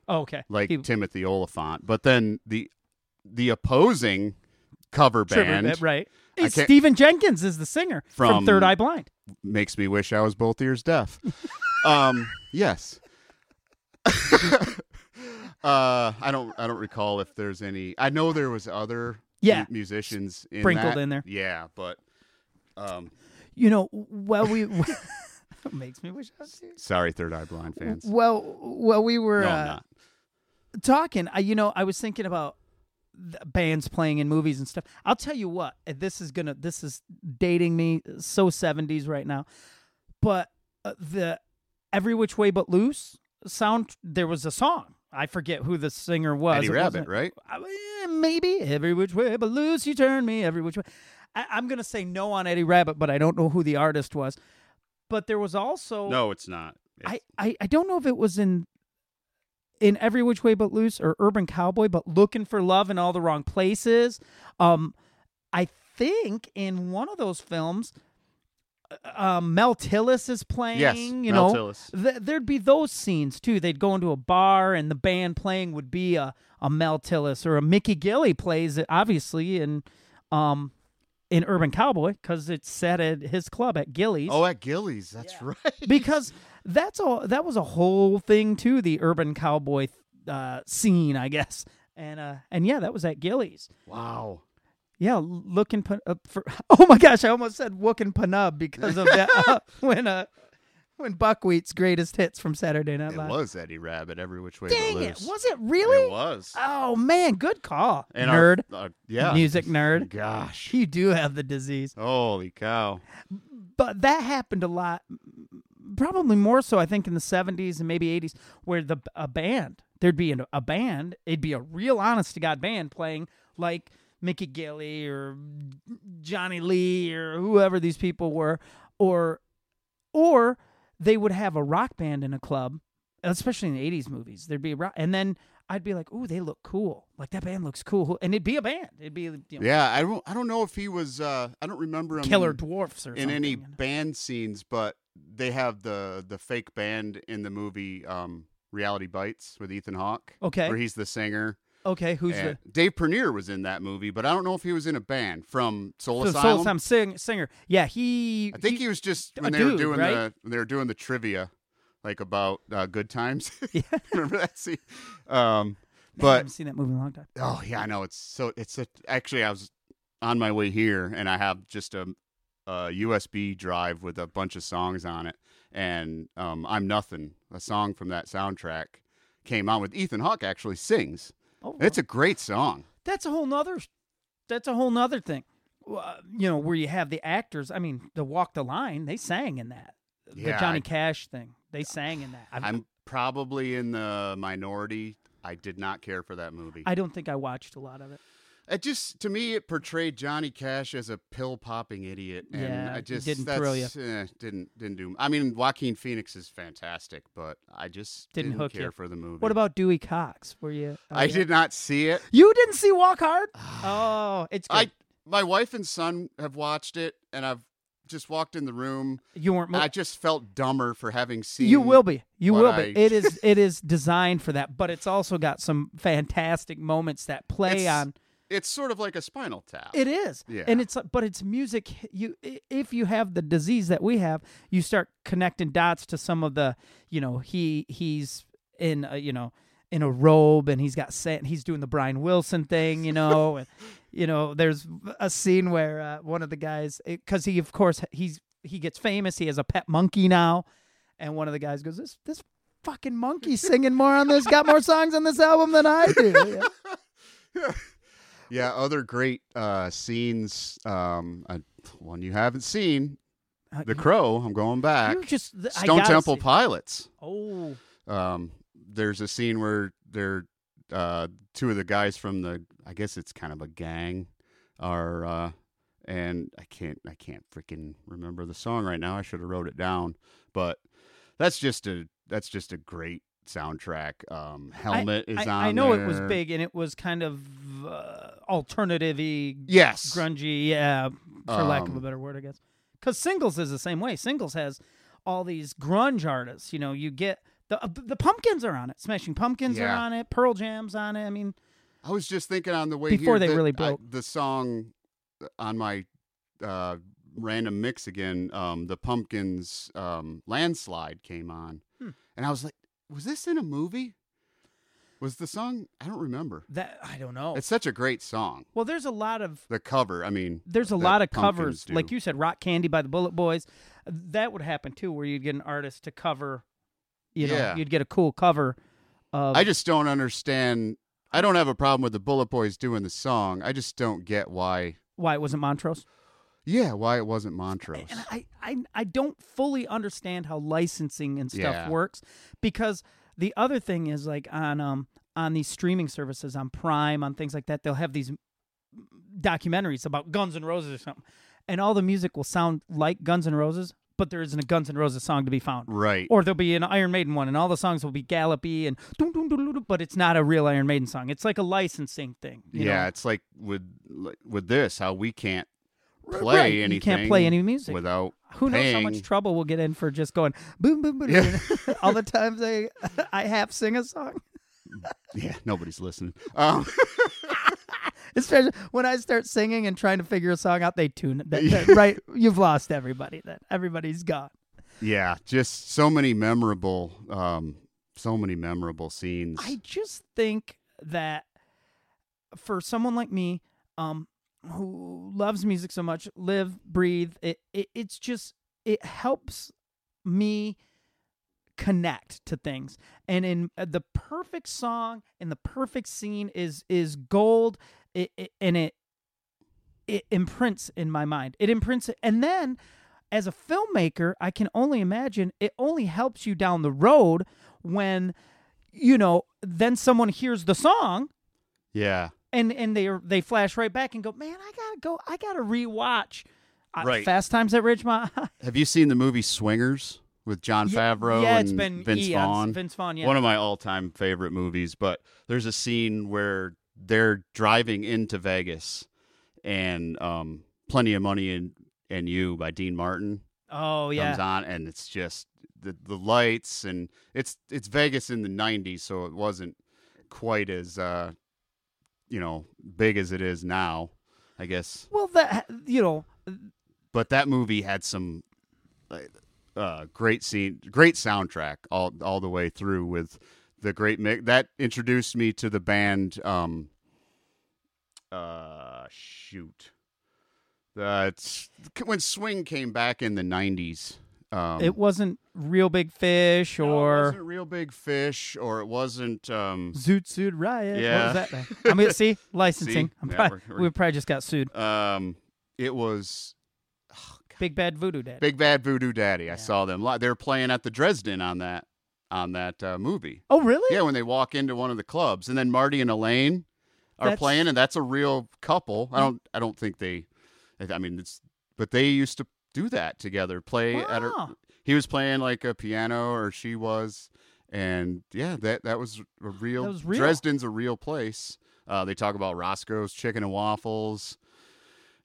oh, okay like He- Timothy Oliphant. But then the the opposing cover Sure, band right, uh, right I It's can't- Stephen Jenkins is the singer from, From- Third Eye Blind makes me wish I was both ears deaf. *laughs* um, yes. *laughs* uh, I don't I don't recall if there's any. I know there was other Yeah. mu- musicians in Sprinkled that. in there. Yeah, but um, you know well we *laughs* makes me wish I was here. sorry, Third Eye Blind fans. well well we were no, uh, I'm not. talking I you know I was thinking about the bands playing in movies and stuff I'll tell you what uh, this is gonna this is dating me uh, so 70s right now but uh, the Every Which Way But Loose sound there was a song I forget who the singer was Eddie It Rabbit, wasn't- right? I- eh, maybe every which way but loose you turn me every which way I, i'm gonna say no on eddie rabbit but i don't know who the artist was but there was also No, it's not. It's- I, I i don't know if it was in in every which way but loose or urban cowboy but looking for love in all the wrong places um i think in one of those films uh, um, Mel Tillis is playing. Yes, you Mel know, Tillis. Th- there'd be those scenes too. They'd go into a bar, and the band playing would be a, a Mel Tillis or a Mickey Gilly plays it, obviously in um in Urban Cowboy because it's set at his club at Gilly's. oh, at Gillies, that's *laughs* right. because that's all. That was a whole thing too. The Urban Cowboy uh, scene, I guess, and uh and yeah, that was at Gilly's. Wow. Yeah, looking *laughs* put up for. Oh my gosh, I almost said Wook and Panub because of that. uh, *laughs* when uh, when Buckwheat's greatest hits from Saturday Night It Live. was Eddie Rabbit every which way Dang but it! loose. Was it really? It was. Oh man, good call, And our- nerd, uh, yeah. music nerd. Gosh. *laughs* You do have the disease, Holy cow. but that happened a lot. Probably more so, I think, in the '70s and maybe '80s, where the a band there'd be an, a band. It'd be a real honest to god band playing like Mickey Gilly or Johnny Lee or whoever these people were, or or they would have a rock band in a club, especially in the '80s movies. There'd be a rock, and then I'd be like, "Ooh, they look cool! Like that band looks cool!" And it'd be a band. It'd be you know, Yeah, I don't I don't know if he was uh I don't remember him Killer in- Dwarfs or in something. any you know? band scenes, but they have the the fake band in the movie um Reality Bites with Ethan Hawke. Okay. Where he's the singer. Okay, who's And the Dave Pernier was in that movie, but I don't know if he was in a band from Soul So Asylum. Soul Asylum sing, singer. Yeah, he. I think he was just a when they were dude, doing right? the when they were doing the trivia, like about uh, good times. *laughs* Remember that scene? Um, I but haven't seen that movie in a long time. oh yeah, I know it's so it's a, actually I was on my way here and I have just a, a USB drive with a bunch of songs on it, and um, I'm nothing. A song from that soundtrack came on with Ethan Hawke actually sings. Oh, And it's a great song. that's a whole nother. That's a whole nother thing. Uh, you know where you have the actors. I mean, the Walk the Line. They sang in that. Yeah, the Johnny I- Cash thing. They sang in that. I, I'm probably in the minority. I did not care for that movie. I don't think I watched a lot of it. It just to me it portrayed Johnny Cash as a pill popping idiot, and Yeah, I it just didn't that's, thrill eh, didn't didn't do. I mean, Joaquin Phoenix is fantastic, but I just Didn't didn't, hook care you. for the movie. What about Dewey Cox? Were you? oh, I yeah. did not see it. You didn't see Walk *sighs* Hard? oh, it's good. I my wife and son have watched it, and I've just walked in the room. you weren't. and Mo- I just felt dumber for having seen. You will be. You what will be. I- *laughs* It is. It is designed for that, but it's also got some fantastic moments that play It's- on. It's sort of like a Spinal Tap. It is. Yeah. And it's like- but it's music. You i- if you have the disease that we have, you start connecting dots to some of the. You know, he he's in a, you know in a robe and he's got set. He's doing the Brian Wilson thing. *laughs* You know, and you know, there's a scene where uh, one of the guys because he of course he's he gets famous. He has a pet monkey now, and one of the guys goes, "This this." Fucking monkey singing more on this, *laughs* got more songs on this album than I do. Yeah. yeah, other great uh, scenes. Um, uh, one you haven't seen, Uh, The Crow. I'm going back. You just th- I Stone gotta Temple see- Pilots. Oh, Um, there's a scene where they're uh, two of the guys from the I guess it's kind of a gang are uh, and I can't I can't freaking remember the song right now. I should have wrote it down, but that's just a that's just a great soundtrack. Um, Helmet is I, on. I know it was there. big and it was kind of uh, alternative-y, Yes, grungy, yeah, for lack of a Um, better word, I guess. Because singles is the same way. Singles has all these grunge artists. You know, you get the uh, the Pumpkins are on it. Smashing Pumpkins are Yeah. on it. Pearl Jam's on it. I mean, I was just thinking on the way Before here they that really I- broke. the song on my uh, random mix again. Um, the Pumpkins um, landslide came on, Hmm. and I was like, "Was this in a movie? Was the song? I don't remember. that I don't know. It's such a great song. well, there's a lot of The cover. I mean, there's a that lot of Pumpkins covers, like do. you said, "Rock Candy" by the Bullet Boys. That would happen too, where you'd get an artist to cover. You know, Yeah. you'd get a cool cover. Of, I just don't understand. I don't have a problem with the Bullet Boys doing the song. I just don't get why. why it wasn't Montrose. Yeah, why it wasn't Montrose. And I, I, I don't fully understand how licensing and stuff Yeah. works because the other thing is like on um on these streaming services on Prime on things like that they'll have these documentaries about Guns N' Roses or something, and all the music will sound like Guns N' Roses, but there isn't a Guns N' Roses song to be found. right. Or there'll be an Iron Maiden one, and all the songs will be gallopy and doo doo doo doo doo, but it's not a real Iron Maiden song. It's like a licensing thing. you know? yeah, it's like with like, with this how we can't R- play right, anything. You can't play any music. without Who knows how much paying. trouble we'll get in for just going boom boom boom? Yeah. boom. *laughs* All the times I I half sing a song, yeah, nobody's listening. Um, *laughs* especially when I start singing and trying to figure a song out. They tune it. That- that- right. You've lost everybody. Then everybody's gone. yeah, just so many memorable, um, so many memorable scenes. I just think that for someone like me, um, who loves music so much, live, breathe, it, it it's just it helps me connect to things and in uh, the perfect song and the perfect scene is is gold it, it, and it it imprints in my mind it imprints and then as a filmmaker i can only imagine it only helps you down the road when you know then someone hears the song Yeah. and and they they flash right back and go man i gotta go i gotta rewatch uh, Right. fast times at ridgemont *laughs* Have you seen the movie Swingers with John Favreau yeah and it's been Vince eons. Vaughn? vince vaughn yeah One of my all-time favorite movies, but there's a scene where they're driving into Vegas and um Plenty of Money and and You by Dean Martin oh yeah comes on and it's just the the lights and it's it's Vegas in the 90s so it wasn't quite as uh you know big as it is now, I guess. well that you know but that movie had some like, uh, great scene, great soundtrack all all the way through with the great mix. That introduced me to the band. Um, uh, shoot, that's when swing came back in the nineties. Um, it wasn't real big fish no, it or wasn't real big fish, or it wasn't. Um, Zoot Suit Riot. Yeah. What was that? I mean, see, licensing. *laughs* See? I'm Yeah, probably, we're- we're- we probably just got sued. um, it was Big Bad Voodoo Dad. Big Bad Voodoo Daddy. I saw them live. They were playing at the Dresden on that on that uh, movie. oh, really? Yeah, when they walk into one of the clubs, and then Marty and Elaine are That's- playing, and that's a real couple. I don't, I don't think they. I mean, it's but they used to do that together. Play at her. Wow. He was playing like a piano, or she was, and yeah, that that was a real. That was real. Dresden's a real place. Uh, they talk about Roscoe's Chicken and Waffles,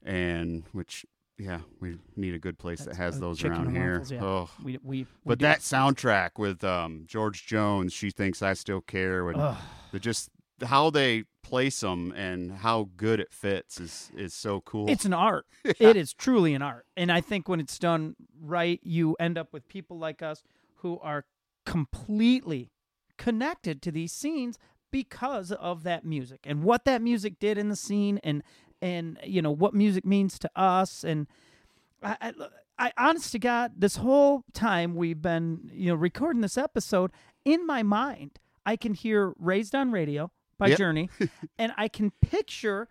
and which yeah, we need a good place That's- that has oh, those chicken around and here. waffles, yeah. Oh, We, we, we but do. that soundtrack with um, George Jones, she thinks I still care, and Ugh. the just how they place them and how good it fits is is so cool. It's *laughs* an art. It is truly an art. And I think when it's done right, you end up with people like us who are completely connected to these scenes because of that music and what that music did in the scene and and you know what music means to us and I, I, I honest to God, this whole time we've been, you know, recording this episode, in my mind, I can hear "Raised on Radio" by Yep. *laughs* Journey, and I can picture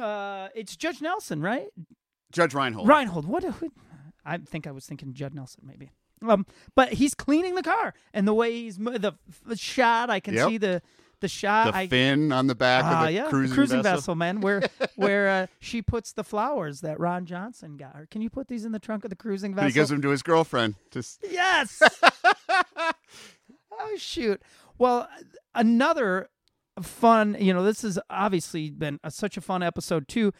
uh, it's Judge Nelson, right? Judge Reinhold. Reinhold. What? Who, I think I was thinking Judd Nelson, maybe. Um, but he's cleaning the car, and the way he's mo- the, the shot, I can Yep. see the the The shot. I, fin on the back Ah, of the yeah, the cruising, vessel. *laughs* man, where where uh, she puts the flowers that Ron Johnson got her. Can you put these in the trunk of the cruising And vessel? he gives them to his girlfriend. Just yes. *laughs* oh shoot. Well, another fun. You know, this has obviously been a, such a fun episode too.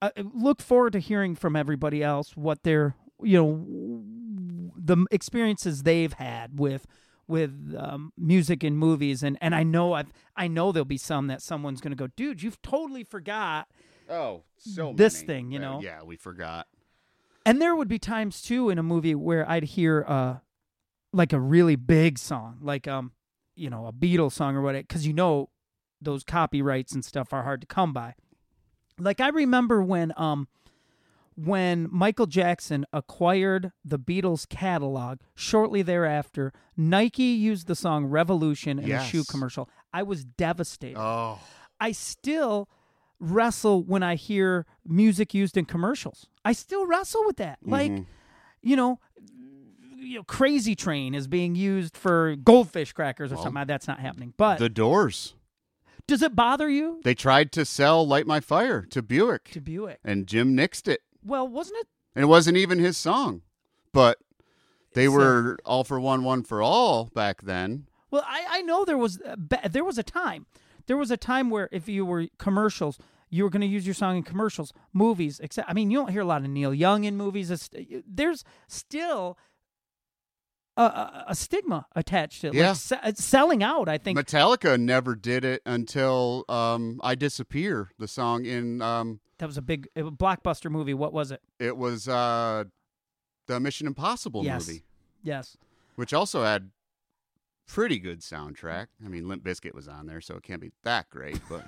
Uh, look forward to hearing from everybody else what their you know the experiences they've had with with um, music and movies and and I know I've I know there'll be some that someone's gonna go dude you've totally forgot oh, so This many. thing, you Uh, know. yeah, we forgot. And there would be times too in a movie where I'd hear uh like a really big song, like um you know, a Beatles song or whatever, cuz you know those copyrights and stuff are hard to come by. Like I remember when um when Michael Jackson acquired the Beatles catalog, shortly thereafter, Nike used the song Revolution in a shoe Yes. commercial. I was devastated. Oh, I still wrestle when I hear music used in commercials. I still wrestle with Mm-hmm. that. Like, you know, you know, Crazy Train is being used for goldfish crackers or something. That's not happening. But the Doors. does it bother you They tried to sell "Light My Fire" to Buick, to Buick? and Jim nixed it. Well, wasn't it? And it wasn't even his song, but they It's, uh, were all for one, one for all back then. Well, I, I know there was a ba- there was a time there was a time where if you were commercials, you were going to use your song in commercials, movies. Except, I mean, you don't hear a lot of Neil Young in movies. It's, uh, there's still a, a, a stigma attached to it. Yeah. Like se- it's selling out. I think Metallica never did it until um, "I Disappear," the song in um, that was a big it was a blockbuster movie. What was it? it was uh, the Mission Impossible yes, movie, yes. which also had pretty good soundtrack. I mean, Limp Bizkit was on there, so it can't be that great, *laughs* but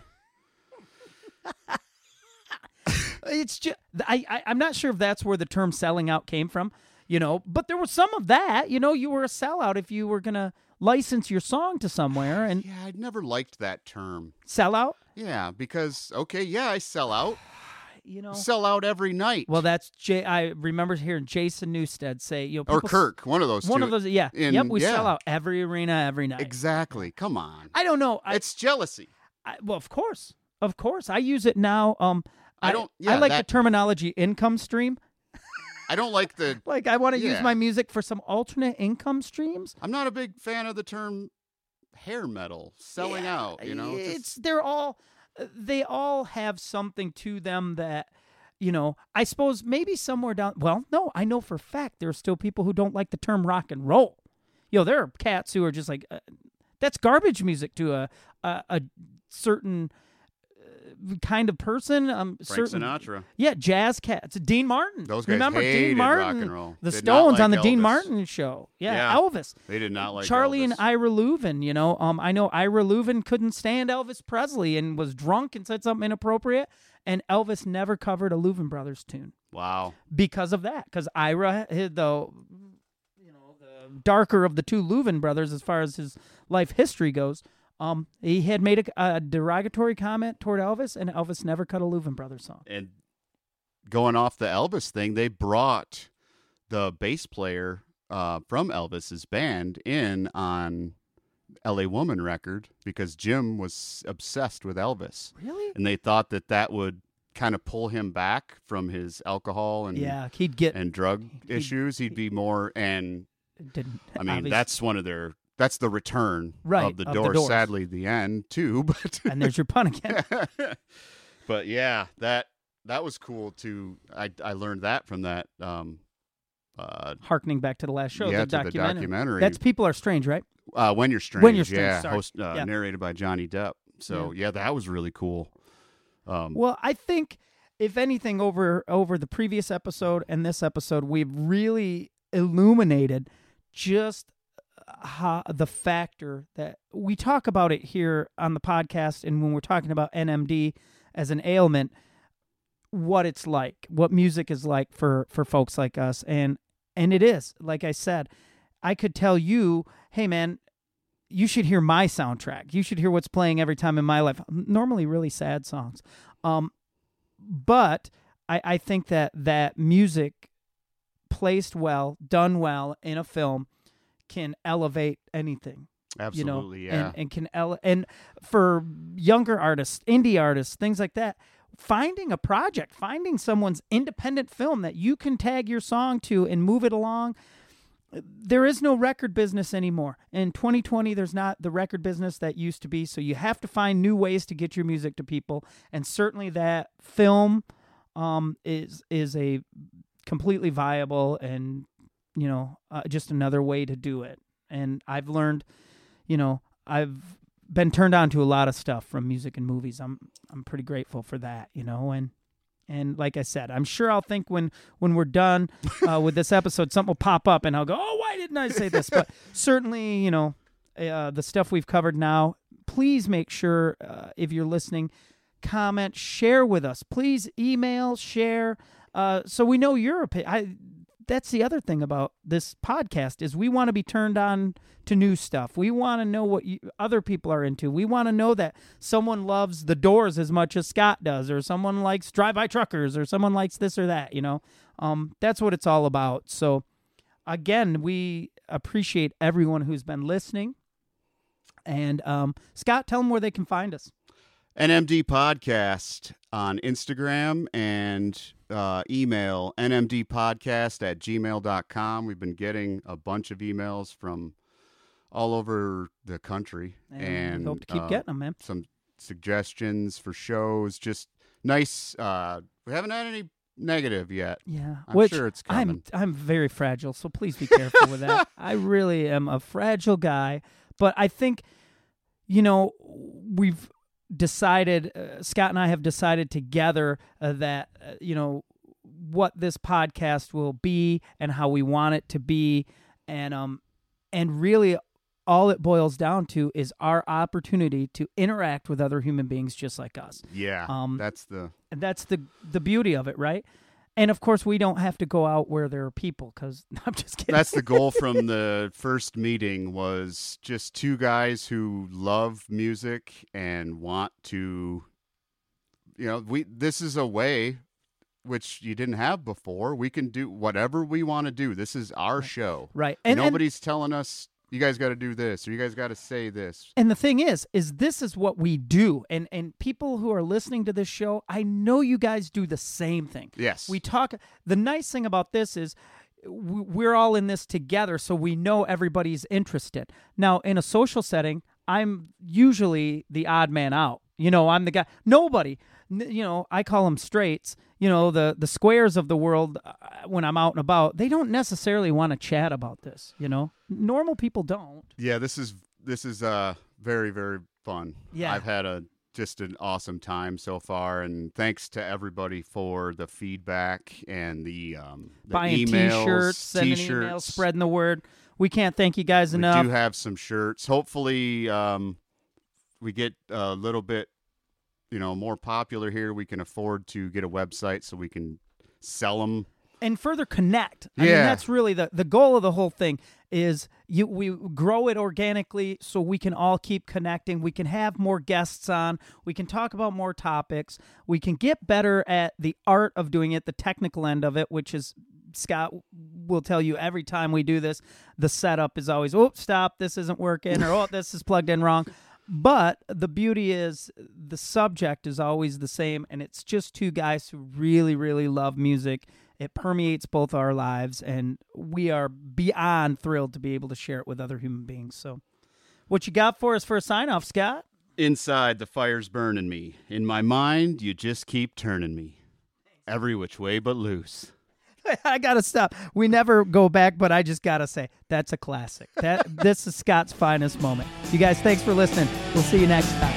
It's just I, I I'm not sure if that's where the term selling out came from. you know but there was some of that you know you were a sellout if you were gonna license your song to somewhere and Yeah, I never liked that term. sell out Yeah, because okay, yeah, I sell out, you know sell out every night. Oh. well that's J- i remember hearing jason newstead say you know or people s- Kirk, one of those. one two. of those yeah in- yep we yeah. sell out every arena every night Exactly. Come on, i don't know I, it's jealousy. I well of course of course i use it now um I i, don't- yeah, i like that- the terminology income stream I don't like the. like i want to Yeah. use my music for some alternate income streams I'm not a big fan of the term hair metal selling Yeah, out. You know, it's just- they're all uh, they all have something to them that you know i suppose maybe somewhere down well no i know for a fact there are still people who don't like the term rock and roll you know there are cats who are just like uh, that's garbage music to a a, a certain uh, kind of person um Frank certain Sinatra. yeah jazz cats dean martin Those guys remember hated dean rock martin and roll. the Did not stones like on the dean Elvis. martin show Yeah. yeah elvis They did not like Charlie and Elvis. Ira Leuven, you know. Um, I know Ira Leuven couldn't stand Elvis Presley and was drunk and said something inappropriate, and Elvis never covered a Leuven Brothers tune Wow. because of that. Because Ira, hid the you know the darker of the two Leuven brothers as far as his life history goes, um, he had made a, a derogatory comment toward Elvis, and Elvis never cut a Leuven Brothers song. and going off the Elvis thing, they brought the bass player uh, from Elvis's band in on "L.A. Woman" record because Jim was obsessed with Elvis, Really? and they thought that that would kind of pull him back from his alcohol and Yeah, he'd get and drug He- issues. He'd be more and didn't. I mean obviously. that's one of their that's the return Right, of the of the door. Doors. Sadly, the end too, *laughs* but and there's your pun *laughs* again. but yeah, that that was cool too. I I learned that from that um uh Harkening back to the last show, yeah the to the documentary. documentary. That's people are strange, right? uh, when you're strange. When You're Strange, yeah, sorry. host, uh, Yeah. narrated by Johnny Depp. So yeah. that was really cool. Um, Well, I think if anything over over the previous episode and this episode, we've really illuminated just how, the factor that we talk about it here on the podcast and when we're talking about NMD as an ailment what it's like, what music is like for for folks like us and and it is. Like I said, I could tell you, "Hey man, you should hear my soundtrack. You should hear what's playing every time in my life. Normally, really sad songs. Um, but I, I think that that music placed well, done well in a film can elevate anything absolutely, you know, yeah. and, and can ele- and for younger artists, indie artists, things like that, finding a project, finding someone's independent film that you can tag your song to and move it along. There is no record business anymore. In 2020, there's not the record business that used to be. So you have to find new ways to get your music to people, and certainly that film um, is is a completely viable and you know uh, just another way to do it. And I've learned you know, I've been turned on to a lot of stuff from music and movies. I'm I'm pretty grateful for that, you know, and and like I said, I'm sure I'll think when when we're done uh, with this episode, something will pop up, and I'll go, "Oh, why didn't I say this?" But certainly, you know, uh, the stuff we've covered now. Please make sure uh, if you're listening, comment, share with us. Please email, share, uh, so we know your opinion. I that's the other thing about this podcast is we want to be turned on to new stuff. We want to know what you, other people are into. We want to know that someone loves the Doors as much as Scott does, or someone likes Drive By Truckers, or someone likes this or that. You know, um, that's what it's all about. So, again, we appreciate everyone who's been listening. And um, Scott, tell them where they can find us. NMD Podcast on Instagram and uh, email nmdpodcast at gmail.com. We've been getting a bunch of emails from all over the country. And, And, we hope to keep uh, getting them, man. some suggestions for shows. Just nice. Uh, we haven't had any negative yet. Yeah, I'm which sure it's coming. I'm I'm very fragile, so please be careful with that. I really am a fragile guy, but I think you know we've decided uh, Scott and I have decided together uh, that uh, you know what this podcast will be and how we want it to be and um and really all it boils down to is our opportunity to interact with other human beings just like us Yeah, Um, *laughs* that's the and that's the the beauty of it right And of course, we don't have to go out where there are people because *laughs* I'm just kidding. That's the goal from the first meeting was just two guys who love music and want to you know, we this is a way which you didn't have before. We can do whatever we want to do. This is our show. right. And, And, and Nobody's telling us you guys got to do this or you guys got to say this. And the thing is, is this is what we do. And and people who are listening to this show, I know you guys do the same thing. Yes. We talk the nice thing about this is w- we're all in this together so we know everybody's interested. Now, in a social setting, I'm usually the odd man out. You know, I'm the guy nobody n- you know, I call them straights. You know, the the squares of the world uh, when I'm out and about, they don't necessarily want to chat about this, you know. Normal people don't. Yeah, this is this is uh very very fun. Yeah. I've had a just an awesome time so far, and thanks to everybody for the feedback and the um the buying emails, t-shirts, sending emails, t-shirts. spreading the word. We can't thank you guys We enough. do have some shirts. Hopefully, um, we get a little bit, you know, more popular here. We can afford to get a website so we can sell them. and further connect. I mean, Yeah. that's really the, the goal of the whole thing is you we grow it organically so we can all keep connecting. We can have more guests on. We can talk about more topics. We can get better at the art of doing it, the technical end of it, which is Scott will tell you every time we do this, the setup is always, oh, stop, this isn't working, or oh, this is plugged in wrong. But the beauty is the subject is always the same, and it's just two guys who really, really love music. It permeates both our lives, and we are beyond thrilled to be able to share it with other human beings. So, what you got for us for a sign off, Scott? *laughs* Inside, the fire's burning me. In my mind, you just keep turning me, every which way but loose. I gotta stop. We never go back, but I just gotta say that's a classic. That this is Scott's finest moment. You guys, thanks for listening. We'll see you next time.